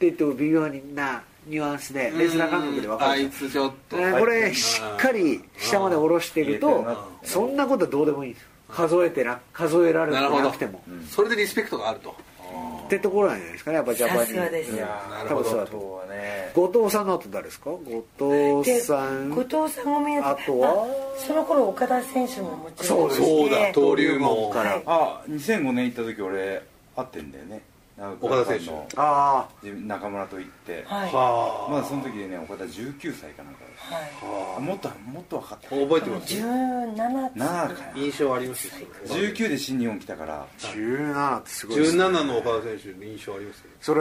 言っても微妙なニュアンスでレスラー感覚で分かあるいじつちょっとゃん、ねこれしっかり下まで下ろしてる入れてとるなそんなことはどうでもいいんですよ数えてな数えられてなるほなどくてもそれでリスペクトがあるとってところなんじゃないですかねやっぱジャパさすがニでーすズねなるほど多分そうだと思うそうはね後藤さんの後誰ですか後藤でさん後藤さんも見えてあとはその頃岡田選手ももちろんそうだ登竜門から、はいあ2005年行った時俺会ってんだよね岡田選手のああ自分中村と行って、はい、ははまあその時でね岡田19歳かなんかであい、はあもっともっと若かったあ覚えてでもます17つ7かな印象ありますよ19で新日本来たから17ってすごいですね17の岡田選手の印象ありますよそれ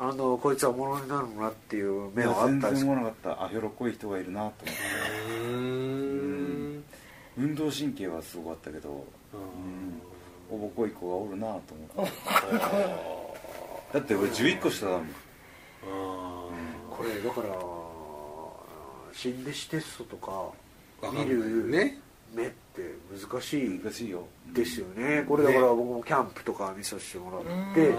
あのこいつはものになるなっていう目はあったん全然です思かわなかったあひょろっこい人がいるなと思ってうーん運動神経はすごかったけどおぼこい子がおるなと思ってだって俺11個下だもんこれだから心理師テストとかわかんな見いるね目って難しい難しいよですよねこれだから僕もキャンプとか見させてもらってうん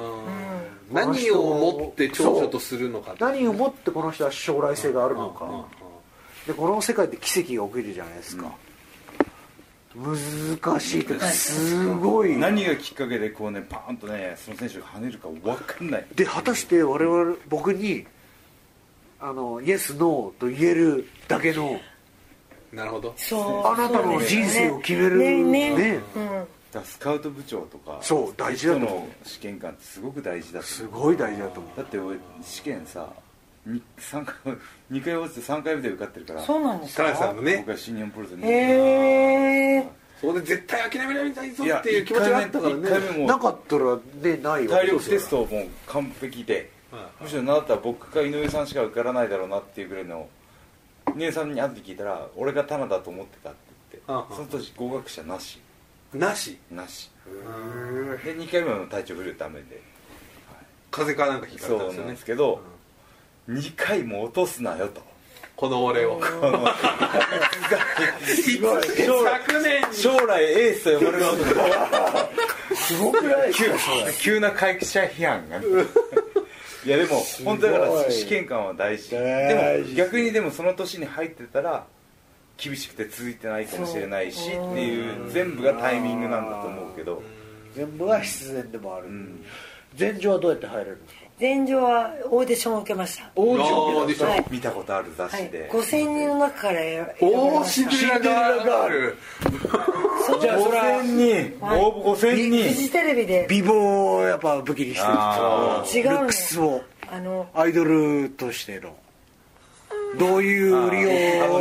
何を持って長所とするのか何をもってこの人は将来性があるのかでこの世界って奇跡が起きるじゃないですか難しいというかすごい何がきっかけでこうねパーンとねその選手が跳ねるか分かんないで果たして我々僕にあのイエスノーと言えるだけのなるほどそうあなたの人生を決めるねねねうんだからスカウト部長とかそう大事だと思う人の試験官ってすごく大事だとす思うごい大事だと思だって俺試験さに三回2回落ちて3回目で受かってるからそうなんです田中さかんのね僕は新日本プロレスにへえそこで絶対諦められないぞいやっていう気持ちがあったから一回目一回目ねもうなかったらねないわ体け力テストをもう完璧でむしろなんだったら僕か井上さんしか受からないだろうなっていうぐらいの姉さんに会って聞いたら俺が棚だと思ってたって言ってあはあその年合格者なしなしなしで2回目の体調不良ダメで風かなんか引かそれたんでうすなよんねですけど2回も落とすなよと [LAUGHS] この俺を昨年に将来エースと呼ばれる男すごく [LAUGHS] ないですか急な会社批判がねいやでも本当だかすごらい試験官は大事大で事も逆にでもその年に入ってたら厳しくて続いてないかもしれないしそうっていう全部がタイミングなんだと思うけど全部が必然でもある、ん全場はどうやって入れるんですか前場はオーディションを受けましたオーデオーィディシションョンはい見たことある雑はい誌で、 5000人の中から選ばれおまーしシンたデレラガールじゃあそれ5000人はい応募5000フ人ジテレビで美貌をやっぱ武器にしてるあー違うルのックスをあのアイドルとしてのどういう売あの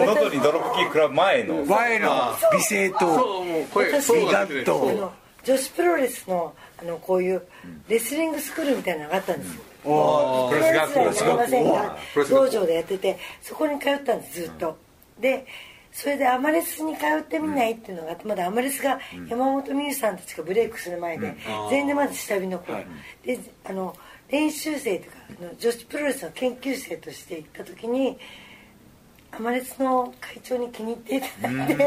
りを喉にドロップキック食らう前の前の美声そとうもう声私そうビなガんでッすねあとの女子プロレスのあのこういうレスリングスクールみたいなのがあったんですよ、プロレス学プ校ロレスは知りませんがプロレス学道校場でやっててそこに通ったんですずっと、でそれでアマレスに通ってみないっていうのがあってまだアマレスが山本美優さんたちがブレイクする前で、全然まず下火の頃、であの練習生とかあの女子プロレスの研究生として行った時にアマレスの会長に気に入っていただいて、で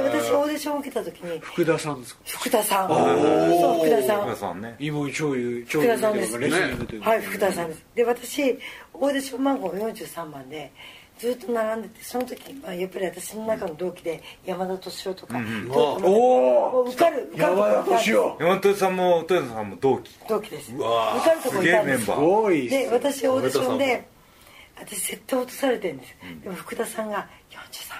私オーディションを受けた時に福田さんですか福田さんそう福田さん皆さんね今超優超福優田さんですレスリングというかはい福田さんですで私オーディション番号43番でずっと並んでてその時、まあ、やっぱり私の中の同期で山田敏夫とか、とおお受かる受かると山こ田いたんです敏夫山本さんも豊田さんも同期同期です受わかるとこすいげたえんメでンすバー多いっすで私オーディション上で私絶対落とされてるんです、でも福田さんが43番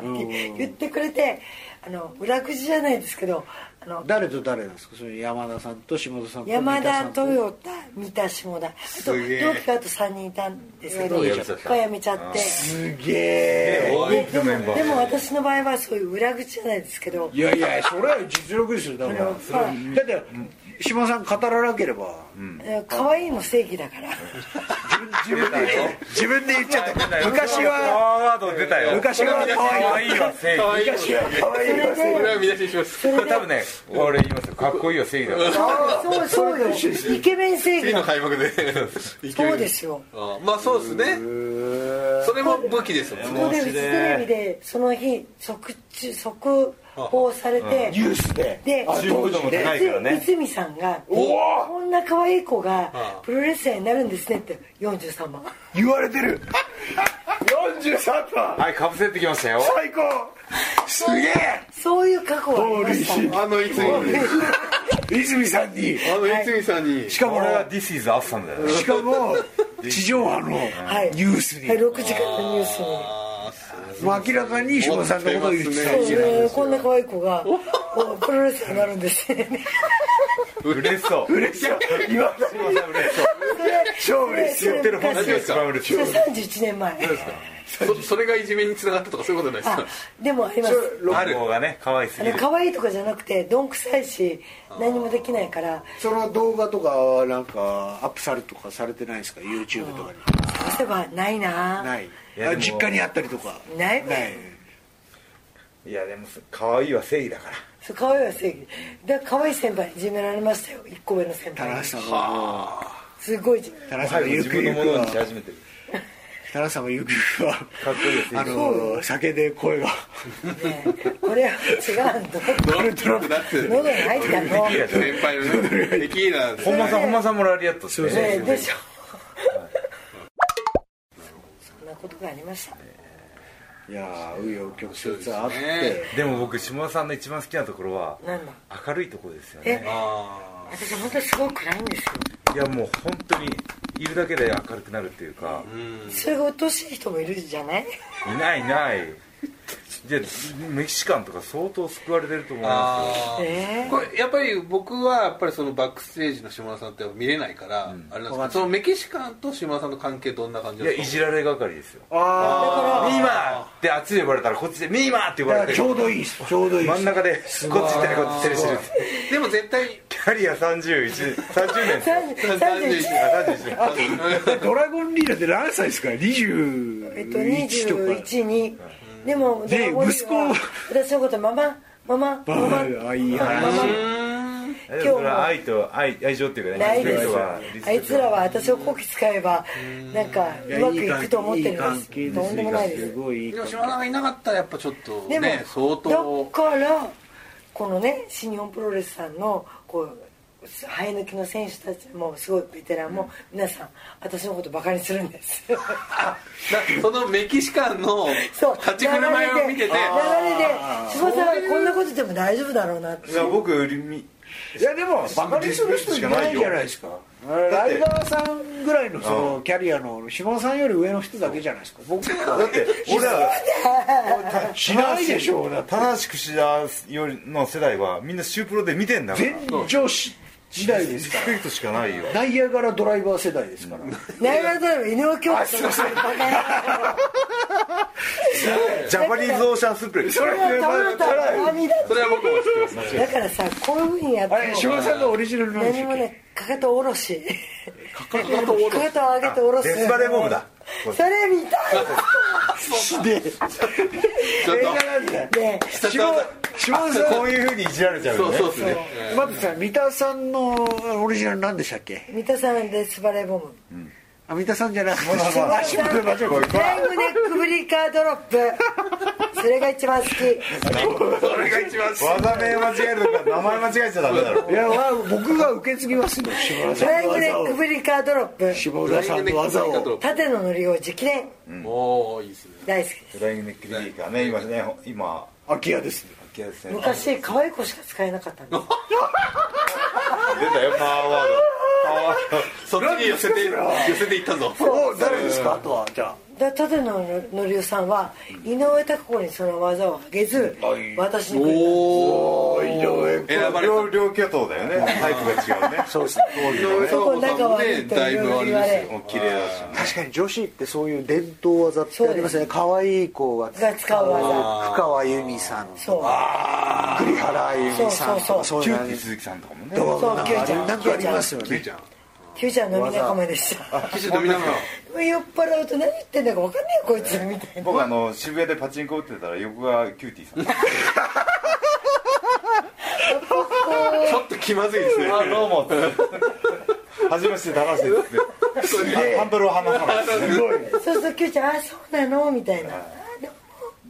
43番って言ってくれて、あの裏くじじゃないですけどあの誰と誰なんですかそれ山田さんと下田さんと山田三田さんと豊田三田下田あとげえ同期があと3人いたんですけどやめちゃった他やめちゃってすげえ同期のメンバーでも私の場合はそういう裏口じゃないですけどいやいやそれは実力ですよだからあのそれははいだって島田さん語らなければえー可愛いの正義だから自分で自分で言っちゃって昔パはワーワード出たよ昔は可可愛愛いいわ正義可愛い昔は可愛いわこれは見出しにしますこれ多分ね俺言いますよかっこいいよ正義だからそうそうよイケメン正義次のだ開幕でそうですよあまあそうですねそれも武器ですもそんこねでフジテレビでその日即中速報されてニュースでであ当時もね高いからね泉さんが「こんな可愛い子がプロレスラーになるんですね」って43番言われてる43番はいかぶせてきましたよ最高すげそういう過去はありましたあの泉え泉さんにあの泉さんにしこかもれは This is awesome だよねしかも [LAUGHS] 地上波のはいニュースにはい、6時からのニュースにあーすもう明らかに島田さんのことを言ってたそうりでしすそうねこんな可愛い子がおプロレスラーになるんですね嬉しそう嬉し嬉しい今だそう嬉しそう超嬉しい言ってる本人が一番嬉しそれい31年前そそれがいじめにつながったとかそういうことないですあかでもありますある方がね可愛すあぎのる可愛いとかじゃなくてどんくさいし何もできないからその動画とかはなんかアップされるとかされてないですか YouTube とかにそういえばないなないいやでも実家にあったりとかないないいやでも可愛いは正義だからそう可愛いは正義で可愛い先輩にいじめられましたよ1個上の先田輩中にさんはすごいいじめられ田中さもはんはやゆ自く分のゆくものはにし始めてる田中さんはゆくゆくはかっこいいですあの酒で声がたねこれは違うんだ [LAUGHS] ドルトラップだって喉に入ったのいやでも先輩のねテキーラ本間さん本間さんもラリアットそうしそうてねでしょそんなことがありましたいやー紆余曲折あっそうでてでも僕下田さんの一番好きなところはなんだ明るいところですよえね私本当にすごく暗いんですよいやもう本当にいるだけで明るくなるっていうかそれが鬱陶しい人もいるじゃないいないいないいやメキシカンとか相当救われてると思いますあーえーこれやっぱり僕はやっぱりそのバックステージの島田さんって見れないから、あれなんですけどそのメキシカンと島田さんの関係どんな感じよないんやでいすじられ係ですよあミーマーってあっちで呼ばれたらこっちでミーマーって呼ばあれてちょうどいいですちょうどいいで真すん中でこっち行ったりこっち行ったりしてるかでも絶対キャリア3130年ですよ三十三十一あ31年ドラゴンリーダーって何歳ですか21えっととか、 21にでもでドラゴンリー息子をは私のことママママママああいい話でもそれは愛と愛愛情っていうかねなリいスでペクすトはリスあペいクつトはらは私をこき使えばなんかうまくいくと思ってるんですいい関係とんでもないですすごいいいで関も係島田さんがいなかったらやっぱちょっとでも、ね相だ当からこのね新日本プロレスさんのこう生え抜きの選手たちもすごいベテランも、皆さん私のことバカにするんですなそのメキシカンのそう立ち振る舞いを見てて流れで柴田はこんなことでも大丈夫だろうなっていや僕みいやでもバカにする人いないじゃないですかライガーさんぐらいのそのキャリアの島田さんより上の人だけじゃないですか僕はだって俺らしないでしょうだって正しくしだよりの世代はみんなシュープロで見てんだから全女子時代でリすスかペクトしかないよらナイアガラドライバー世代ですから、ナイラドラの犬を教室の人にバカにすジャパニーズオーシャンスプレーそるそれは食べた涙それは僕も知ってますだからさこういうふうにやってあれ島田さんのオリジナルなんで何すもよねかかと下ろしかかと下ろしを上げて下ろすデスバレーボムだそれ見たちょっ映と画なんだよいねちょっと島島田さんこういうふうにいじられちゃうそようねそうですねえまずさ三田さんのオリジナルなんでしたっけ三田さんデスバレーボムあ三田さんじゃなくて田さんあ島田さん間違えたライムネックブリーカードロップそれが一番好きーそれが一番技名間違えるとか名前間違えちゃダメだろいやわ僕が受け継ぎますよ島田さラんイのムネ技ックをブリーカードロップ島田さんの技を縦の乗りを直伝おおいいですね大好きですフライングネックリリーカーね今ね今空き家ですね空き家ですね昔可愛い子しか使えなかったんです出たよパワーワードパワーワーそっちに寄せて寄せていったぞお誰ですかあとはじゃあだ縦野のりおさんは井上拓子にその技をあげず私にくれたおお井上選ばれたド両両巨頭だよねタイプが違うねそうですね井上さんも仲悪いとだいぶあれですよもう綺麗だしね確かに女子ってそういう伝統技ってありますね可愛い子がが使う技深川由美さんそう栗原由美さんとかそそうキいュうーのティー鈴木さんとかもねどうそうなんキューちゃかんなんかありますよキュウねちゃんキュウちゃん飲み仲間でした岸田美奈 [LAUGHS] 酔っ払うと何言ってんだか分かんねえよこいつみたいな僕あの渋谷でパチンコ打ってたら横がキューティーさん良ちょっと気まずいですねあどうもはじめましてだらせですってハンドルを離さないですねそうそうキュウちゃんあそうなのみたいなあでも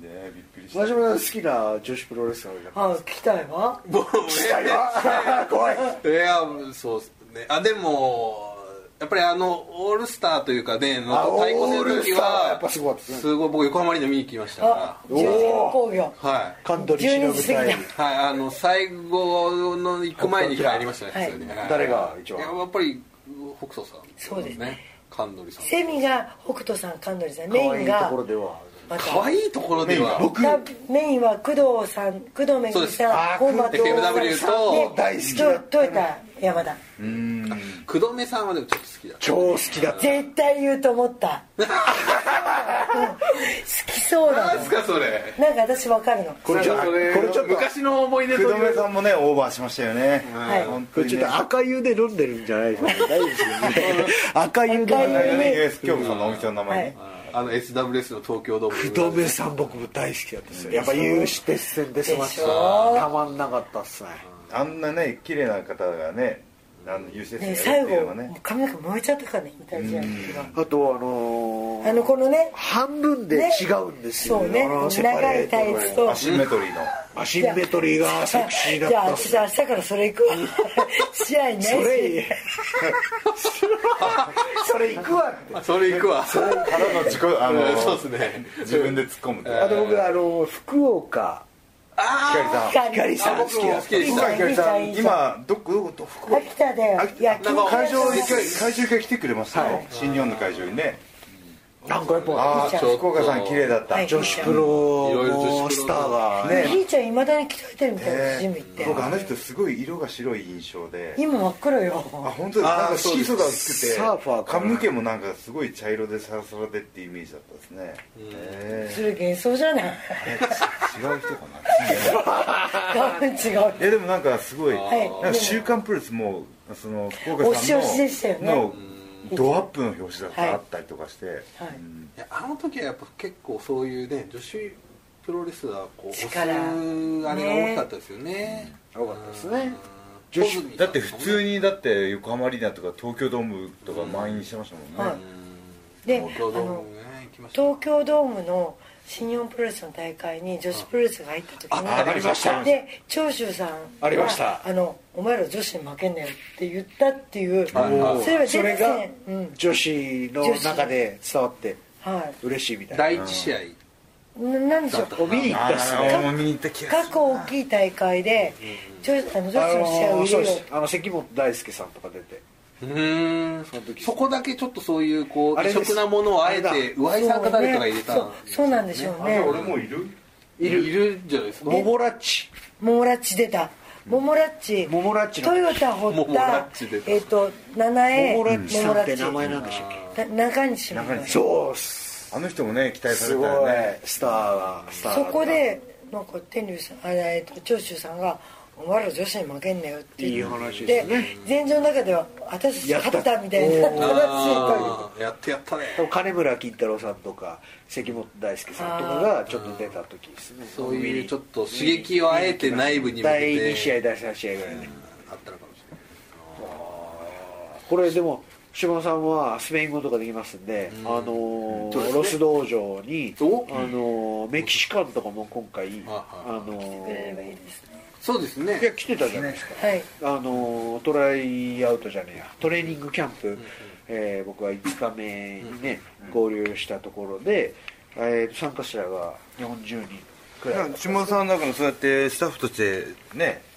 ねびっくりした真島さん好きな女子プロレスラーがあ聞きたいわもうね怖い [LAUGHS] いやそうですねあでもやっぱりあのオールスターというかねのあ対抗戦の時オールスターはやはっぱすごかったですねすごい僕横浜アリーナ見に行きましたあか十字の工業らはいカントリー忍12時過ぎ舞だ台はい、あの最後の行く前に帰りましたね、は普い通にはい誰が一いや番やっぱり北斗さんそうですね神取さんセミが北斗さん神取さんメ可愛インいとがころではまた可愛いところでは僕だメインは工藤さん工藤めぐみさんそうです馬徹さん FMW と大好きだったトヨタ山田工藤目さんはでもちょっと好きだ超好きだった絶対言うと思ったうん好きそうだ何なですかそれなんか私わかるのこれちょっとこれちょっと昔の思い出と福いう留さんもねオーバーしましたよねはい本当これにちょねっと赤湯で飲んでるんじゃない [LAUGHS] ですかね大丈夫ですよね赤湯で赤湯ね US 京子さんのお店の名前ねあの SWS の東京ドーム不動明さん僕も大好きだったですよやっぱ有志鉄線ですましたでしょたまんなかったっすねあんなね綺麗な方がねあの優秀ねです最よっていうの後はねもう髪の毛燃えちゃったからねみたいなあとあのーあのこのね半分で違うんですよ、そうねあのセパ長レいートタイツとアシンメトリーのアシンメトリーがセクシーだっじゃあ [LAUGHS] たっす私明日からそれ行 [LAUGHS] くわ試合ねそれいいそれ行くわ [LAUGHS] ってそれ行くわからの自己あうん [LAUGHS] そうでのすね自分で突っ込むってあと僕あの福岡光さん光光さん好きだっ僕も好きでたし今た光さん今どこどこどこ秋田だよ秋田いやなんか会場一回会場一回来てくれましたよ、新日本の会場にねなんかやっぱああ福岡さん綺麗だった、はい女子プロのスターがねねおじいちゃんいまだに鍛えてるみたいえなジム行ってー、僕あの人すごい色が白い印象で今真っ黒よあ本当ですあーなんかそうで色す素が薄くてサーファーかな髪の毛もなんかすごい茶色でサラサラでっていうイメージだったですね、えそれ幻想じ [LAUGHS] ゃない [LAUGHS] ー、違う人かな多分違ういやでもなんかすごい、はいなんか週刊プロレスもその福岡さんの押し押しでしたよねのドアップの表紙だったはいあったりとかして、はいうんいやあの時はやっぱ結構そういうね女子プロレスはこう押すあれ力が大きかったですよねよかったですねうん女子だって普通にだって横浜アリーナとか東京ドームとか満員してましたもんね、はういんで東京ドームね行きました東京ドームの新日本プロレスの大会に女子プロレスが入った時にあありましたで長州さんがありましたあのお前ら女子に負けんなよって言ったっていうそはいはいれはそれ全が然うん女子の中で伝わってはい嬉しいみたいな第一試合ななんでしょうお見に行ったっすあねーもう見に行った気が過する去大きい大会で女子あの女あ子の試合をの入そうでれようすあの関本大輔さんとか出てうんその時そこだけちょっとそういうこあうれ異です色なものをあえあれだて上井さんか誰かが入れたそうそうなんでしょうあじねゃあ俺もういるいるいるんじゃないですかモモラッチモモラッチ出たモモラッチモモラッチのトヨタモ堀モラ田ッチ出たえっと七重モモラッチさんって名前モなモんラでッしたっチな中西もいま中す西そうっすあの人もね期待さすれごいたよねスターがスターそがこでなんか天竜さんあれえっと長州さんが「お前ら女子に負けんなよ」っていい言って話ですね前場の中では「私たちやった勝った」みたいな正しいあーやってやったね多分金村金太郎さんとか関本大輔さんとかがちょっと出た時ですねそういうちょっと刺激をあえて内部に向け第て2試合第3試合ぐらいねあったのかもしれないこれでも島田さんはスペイン語とかできますんで、あのーそうですねロス道場に、おあのーメキシカンとかも今回、はあのくれればいいですねそうですねーいや来てたじゃないですか、はいあのートライアウトじゃねえやトレーニングキャンプ、えー僕は5日目にね、合流したところで、えー参加者が40人くらいだった島田さんだからそうやってスタッフとしてね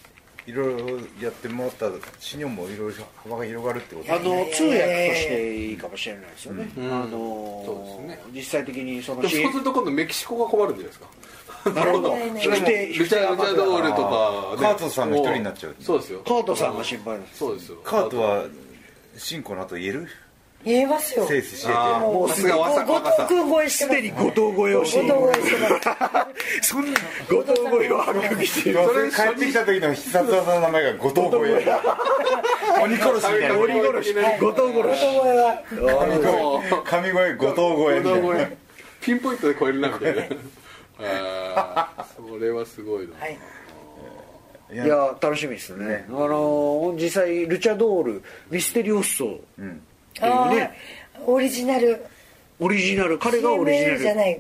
いろいろやってもらったら新日本もいろいろ幅が広がるってことあのね通訳としていいかもしれないですよね、んあのーそうですね実際的にそのでもそう CM すると今度メキシコが困るんじゃないですかなるほどね否定ルチャルチャドールとかねあーカートさんが一人になっちゃうそうですよカートさんが心配なんですそうですよカートは進行の後言える言えますよセースしあーえもうさすがも若う後若さ藤君超えしてすますでに後藤超えをしている後藤超えしてますそんな後藤超えを発覚しているて帰ってきた時の必殺技の名前が後藤超え [LAUGHS] 鬼殺しみたいな鬼鬼殺殺しし後藤殺後藤し超えはもう神声後藤超えみたいなピンポイントで超えるなみた [LAUGHS] いなあーそれはすごいなはいいいや楽しみですねあのー実際ルチャドールミステリオッソうんあっていうーねオリジナルオリジナル彼がオリジナ CML じゃなルい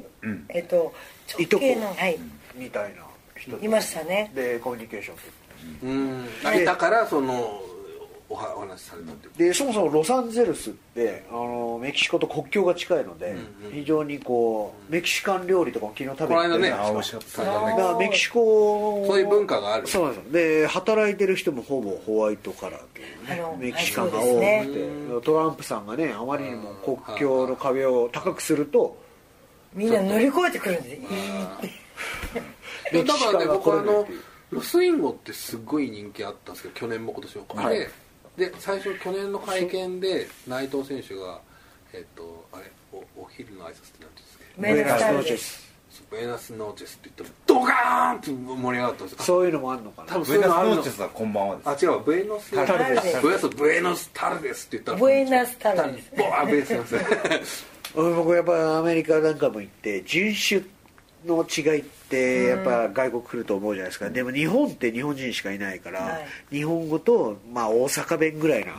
えっといとこ直系のはいみたいな人いましたねでコミュニケーションうんあだからそのおはお話しされたってこでそもそもロサンゼルスってあのメキシコと国境が近いので、非常にこうメキシカン料理とかも昨日食べとてこの間たねじゃないですかそうだねだからメキシコそういう文化があるそうなんですよで働いてる人もほぼホワイトカラーというあのねメキシカンが多はくいそうて、ですトランプさんがねあまりにも国境の壁を高くするとみんな乗り越えてくるんでメとだからねすキシカンが来僕れあないっのていうロスインゴってすごい人気あったんですけど去年も今年も、はいでで最初去年の会見で内藤選手がえっ、とあれおお昼の挨拶ってなんていうんですかメインスタイルですすブエナスノーチェスって言ったらドカーンって盛り上がったんですよそういうのもあんのか多な分そブういエうナスのあるノのーチェスはこんばんはですあ違うブエノスタルデスブエノスブエノスタルですって言ったらブエナスタルデスボーブエナスすいません [LAUGHS] うん僕やっぱアメリカなんかも行って人種の違いってやっぱ外国来ると思うじゃないですか、でも日本って日本人しかいないから、はい日本語と、まあ、大阪弁ぐらいな、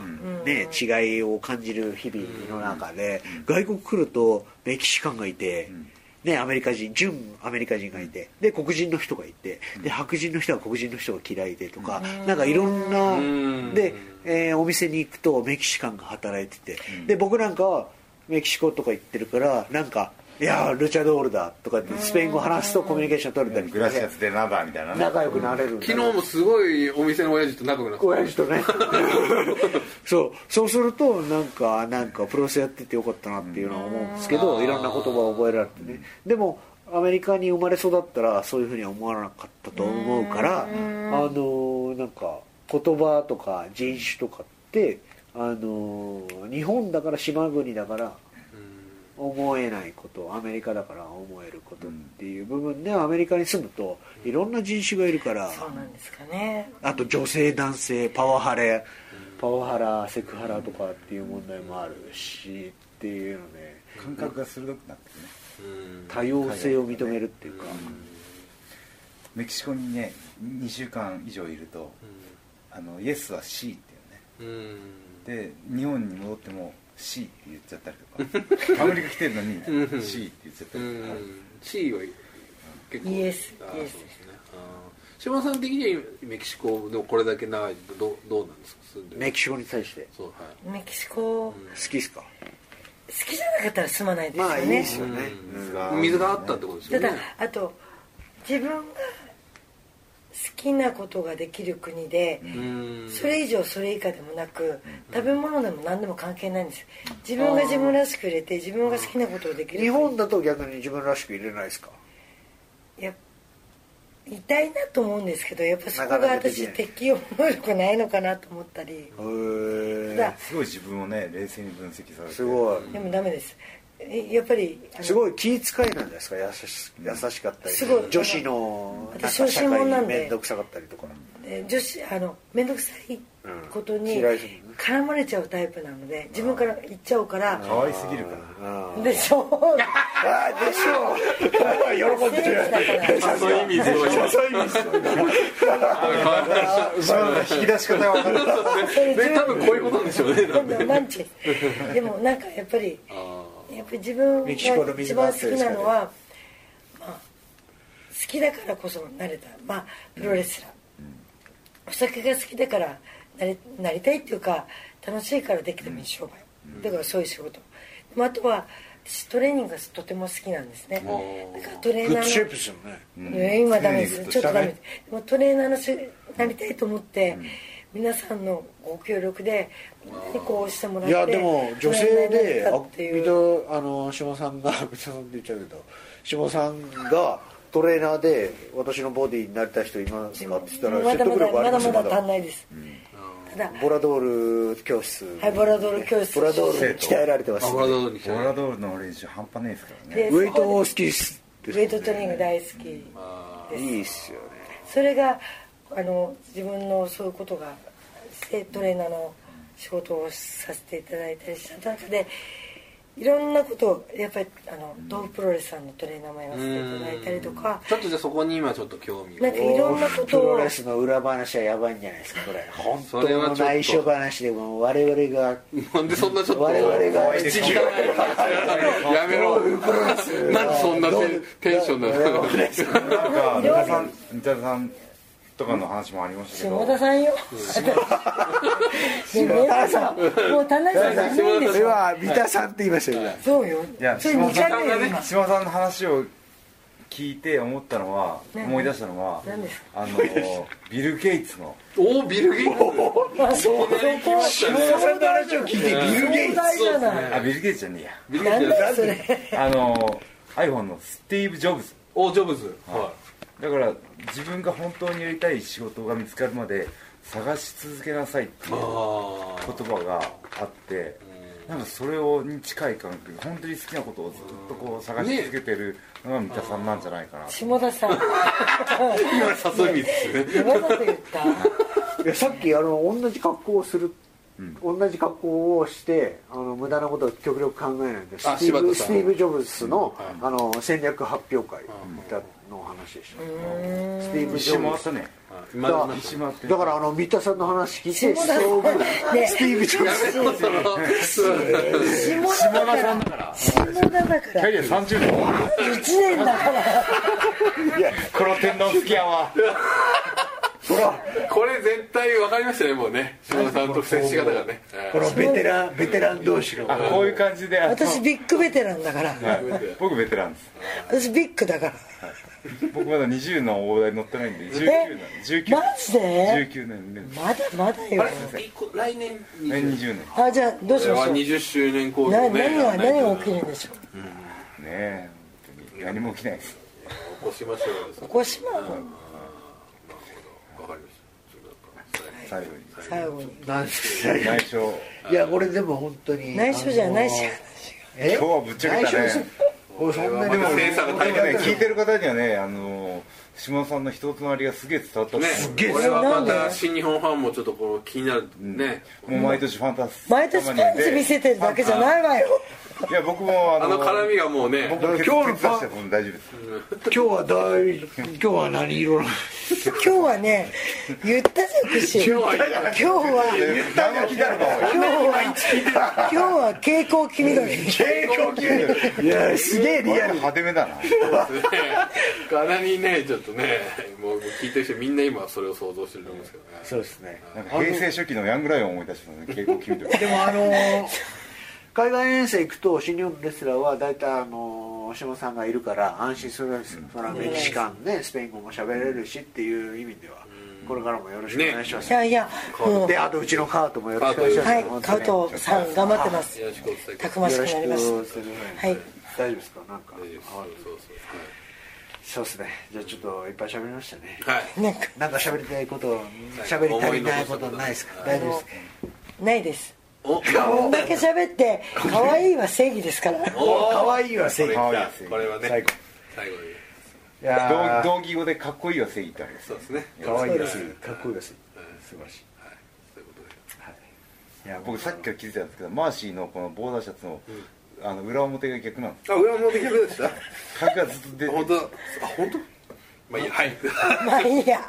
ね違いを感じる日々の中で、外国来るとメキシカンがいて、ね、アメリカ人純アメリカ人がいてで黒人の人がいてで白人の人は黒人の人が嫌いでとか、なんかいろんな、んでえーお店に行くとメキシカンが働いてて、で僕なんかはメキシコとか行ってるからなんか「いやールチャドールだ」とかってスペイン語話すとコミュニケーション取れたりグラシアスでナダみたいなね仲良くなれるんだ昨日もすごいお店の親父と仲良くなって親父とね [LAUGHS] そうそうするとなんかなんかプロレスやっててよかったなっていうのは思うんですけどいろんな言葉を覚えられてねでもアメリカに生まれ育ったらそういうふうには思わなかったと思うからあのーなんか言葉とか人種とかってあのー日本だから島国だから思えないことアメリカだから思えることっていう部分でアメリカに住むといろんな人種がいるからそうなんですかねあと女性男性パワハレパワハラセクハラとかっていう問題もあるしっていうので感覚が鋭くなってねうん多様性を認めるっていうかメキシコにね2週間以上いるとあのイエスは C っていううねんで日本に戻っても C って言っちゃったりとかアメリカ来てるのうにん C って言っちゃったうりとかん C は結構イエスあーイエスそうですねあー島田さん的にはメキシコでもこれだけ長いとどうどうなんですか住んでメキシコに対してそうはいメキシコ好好きですかきじゃなかったら住まないですよまあいいねですよねうん水が水があったってことですたよねだあと自分が好きなことができる国で、うんそれ以上それ以下でもなく食べ物でも何でも関係ないんです自分が自分らしく入れて自分が好きなことをできる日本だと逆に自分らしく入れないですかいや痛いなと思うんですけどやっぱそこがなかなかでき私ない適応能力ないのかなと思ったりへたーだすごい自分をね冷静に分析されてすごいでもダメですえやっぱりあのすごい気遣いなんじゃないですか優し優しかったりすごい女子のなんか私小心者なんで面倒くさかったりとかえ女子あの面倒くさいことうんに嫌いですもんね絡まれちゃうタイプなので自分から言っちゃうから可愛すぎるからあでしょう [LAUGHS] あでしょう喜んでるだからそういう意味ですよそういう意味ですよ [LAUGHS] 引き出し方が分かるそれね多分こういうことなんでしょうねな今ん度ではマンチでもなんかやっぱりあーやっぱり自分がメキシコの一水バー番好スできすかなねのは、まあ、好きだからこそなれた、まあ、プロレスラー、お酒が好きだからなれなりたいっていうか楽しいからできてもいい商売、だからそういう仕事でもあとは私トレーニングがとても好きなんですねーだからトレーグナッドシーェのイプですよねえー今ダメですちょっとダメねでもトレーナーのしなりたいと思って、皆さんのご協力でみんなにこうしてもらっいてやでも女性トレーでナあーになったっていう水あの下さんが [LAUGHS] 水さんって言っちゃうけど下さんがトレーナーで私のボディになりたい人いますかって言ったらま説だま得だ力ありまだますまよまだ足だんないです、ただボラドール教室はいボラドール教室ボラドールに鍛えられてますあボラドールに来ボたラドールの練習半端ないですからねでウェイト好きっすウェイトトレーニング大好きあですいいっすよねそれがあの自分のそういうことがしてトレーナーの仕事をさせていただいたりした中でいろんなことをやっぱりあの豆腐プロレスさんのトレーナーもやらせていただいたりとかーちょっとじゃあそこに今ちょっと興味ながんかいろんなことプロをレスの裏話はやばいんじゃないですかこれ本それは当ちょっのと内緒話でも我々がなんでそんなちょっと我々が口利かないのやめろなんでそんなテンテンションなのなんか三田さん三田さんとかの話もありましたけど下田さんよねえ皆さんもう田中さんじゃないんでそすれよは三田さんって言いましたよ今そうよいやそれ下2田回さん目がよね今島田さんの話を聞いて思ったのは思い出したのは何ですあのビル・ゲイツのおービル・ゲイツあそうそこ下田さんの話を聞いてビル・ゲイツ壮大じゃないあビル・ゲイツじゃね [LAUGHS] ビル・ゲイなツんじゃなだいそれえやあの iPhone のスティーブ・ジョブズおージョブズはだから自分が本当にやりたい仕事が見つかるまで探し続けなさいっていういああ言葉があってなんかそれをに近い感覚本当に好きなことをずっとこう探し続けてるのが三田さんなんじゃないかなと下田さん今誘い水ですねわざと言ったいやさっきあの同じ格好をする、同じ格好をしてあの無駄なことを極力考えないんでスあティー柴ブ田さスんティーブ・ジョブズの,、うんあの戦略発表会だの話でした、スティーブ・ジ石ョ回ブったねはい今だの石回ってズだからあの三田さんの話聞い下て田さん遭遇ねスティーブ・ジョブズそろそろ下田だから下田だかキャらリア30年1年だからこの天丼好きやわそこれ絶対分かりましたねもうね島田さんと接し方がねこのベテランベテラン同士のあこういう感じであの私ビッグベテランだからはい僕ベテランです私ビッグだから僕まだ20の大台乗ってないんで19なんで19マジで19年でまだまだあよれ一個来年来20 20年ねあじゃあどうしこれまはしょう20周年公な演ね何が何が起きる起んでしょうえ本当に何も起きないですこしましょうよそ起れこしまう分かりましたそれなんか最後に最後になんですか内緒いや俺でも本当に内緒じゃないしあのえ今日はぶっちゃけたね内緒俺そんなにこれはまもた精査が大でも変ねです聞いよてる方にはねあの島田さんの人となりがすげえ伝わったと思ねう、げえこれはまなんたで新日本ファンもちょっとこの気になるね、もう毎年ファンタス毎年パンツ見せてるだけじゃないわよいや僕もああのの絡みがもうね僕もだ血から今日の血パン圧しても大丈夫です今日は大今日は何色なの今日はね言ったじゃんクシ今日は今日は何も聞いたのかおい今日は蛍光黄い緑やすげえリアル派手めだなかなりねちょっとねもう聞いてる人みんな今それを想像してると思うんですけどねそうですねなんか平成初期のヤングライオンを思い出したので稽古聞いてるでもあのー海外遠征行くと新日本のレスラーは大体あのー島さんがいるから安心するんですよそれはメキシカンねスペイン語も喋れるしっていう意味ではこれからもよろしくお願いしまいす、やいやもうであとうちのカートもよろしくお願いします、はい本当カにウトさん頑張ってますよろしくお伝えくだたさいくましよくろしなくりおま伝すえくださはい大い丈夫ですかなんか大丈夫ですはいそうそうそうですねじゃあちょっといっぱい喋りましたねそうはいなんかなんか喋りたいこと喋り足りないことないですか大丈夫ですかないですおこんだけ喋って可愛いは正義ですからおお可愛いは正義これ可愛い来ですたねこれはね最後最後にいやー同同義語でかっこいいは正義ってあるんですそうですね可愛いですそうですかっこいいです素晴らしいはいそういうこといや僕さっきから気づいたんですけどマーシーのこのボーダーシャツのあの裏表が逆なんですであ裏表逆でした影がずっと出て [LAUGHS] 本当だあ本当まあいいやはいまあいいや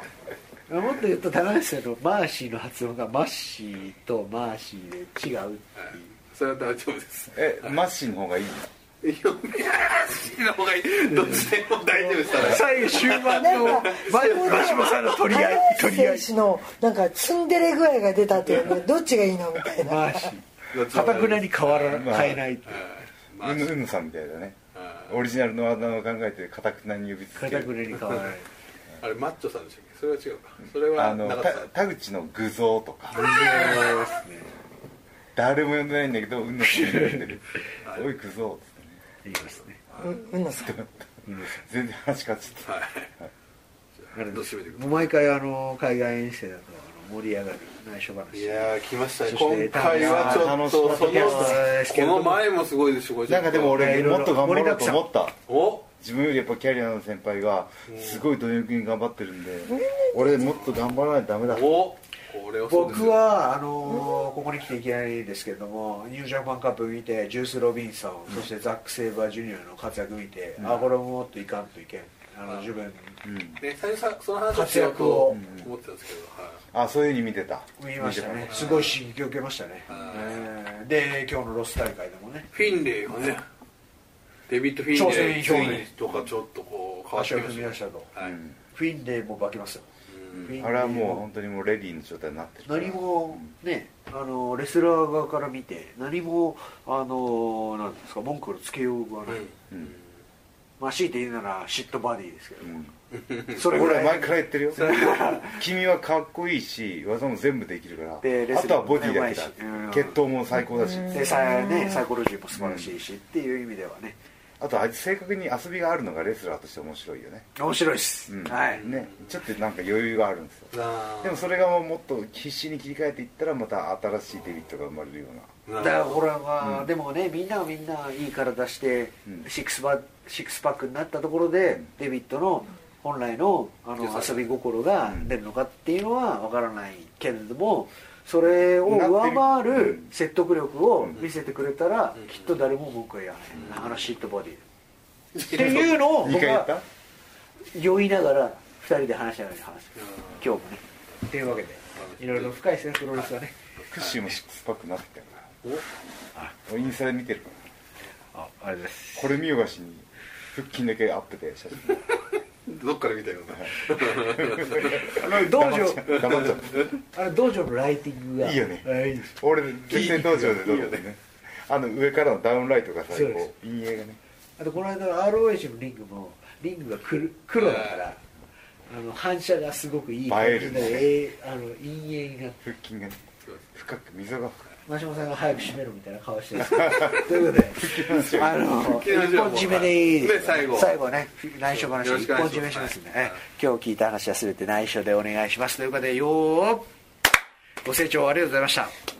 もっと言うと田中さんのマーシーの発音がマッシーとマーシーで違う [LAUGHS] それは大丈夫ですえマッシーの方がいいのいやいの方がいいどっちでも大丈夫ですから最後終盤 [LAUGHS] のなんかママシモさんの取り合い高取り合橋い選手のなんかツンデレ具合が出たっていうのはどっちがいいのみたいマなーシーかたくなに変わら変えないってマうーシぬーうぬさんみたいだねあオリジナルのあだ名を考えてかたくなに呼びつかけたくなるに変わらないあれマッチョさんでしたっけそれは違うかそれあはのなかったた田口の具像とか誰も呼んでないんだけどうんのさん呼んでるおい具像っつってね言いますねうんうんのさん全然話変わっちゃったはいあれどう締めていくもう毎回あの海外遠征だとあの盛り上がる内緒い話やー来ましたねそして今回はちょっとそ楽のしかったですこの前もすごいですよなんかでもい俺ろいろもっと頑張ろうと思ったお自分よりやっぱキャリアの先輩がすごい貪欲に頑張ってるんで俺もっと頑張らないとダメだおこれはそうです僕よはあのーここに来ていきなりですけれどもニュージャパンカップ見てジュース・ロビンソン、そしてザック・セイバージュニアの活躍見て、あこれももっといかんといけんあの自分ね最初さその話をし活よう躍とを思ってたんですけどはいあそういうふうに見てた見ましたねすごい刺激を受けましたね、えーで今日のロス大会でもねフィンレイがねデビッド・フィンレイ挑戦表明とかちょっとこう変わっ足てをきま踏み出ししたたと、はいフィンレイも化けますよ、フィンレイあれはもう本当にもうレディーの状態になってるから何もねあのレスラー側から見て何もあのなんですか文句をつけようがない、うんまあ強いて言うならシットバディですけど、うんそれぐ俺らはい前から [LAUGHS] 言ってるよ君はかっこいいし技も全部できるからでレスリングもあとはボディだけうまいしうんだ血統も最高だしでさ、ね、サイコロジーも素晴らしいし、っていう意味ではねあとあいつ性格に遊びがあるのがレスラーとして面白いよね面白いです、うんはい、ねちょっとなんか余裕があるんですなよあでもそれがもうもっと必死に切り替えていったらまた新しいデビットが生まれるようなだかならあこれは、でもねみんながみんないい体して、うんシックスバシックスパックになったところで、デビットの本来のあの良さ遊び心が出るのかっていうのは分からないけれどもそれを上回る説得力を見せてくれたら、うんきっと誰も文句は言わない、あのシットボディっていいうのを2回僕言っはた酔いながら2人で話しながら話す今日もねっていうわけでいろいろ深いセンプロレスはねクッシーもシックスパックになってきたからお俺インスタで見てるからああれです [LAUGHS] これ見よがしに腹筋だけアップで写真 [LAUGHS] どっから見たようなあの道場黙っちゃうあの道場のライティングがいいよねあいいです俺絶対道場でどうだいいよねあの上からのダウンライトが最そうで高陰影がねあとこの間の ROH のリングもリングが黒黒だからあの反射がすごくいい感映えじるでね、えーあの陰影になって腹筋がね深く溝が深い真島さんが早く締めろみたいな顔 [LAUGHS] してるということであの一きましょう本締めでいいですね最後最後ね内緒話よろ一しくお本願いします締めしますんではねい今日聞いた話は全て内緒でお願いしますということでよーご清聴ありがとうございました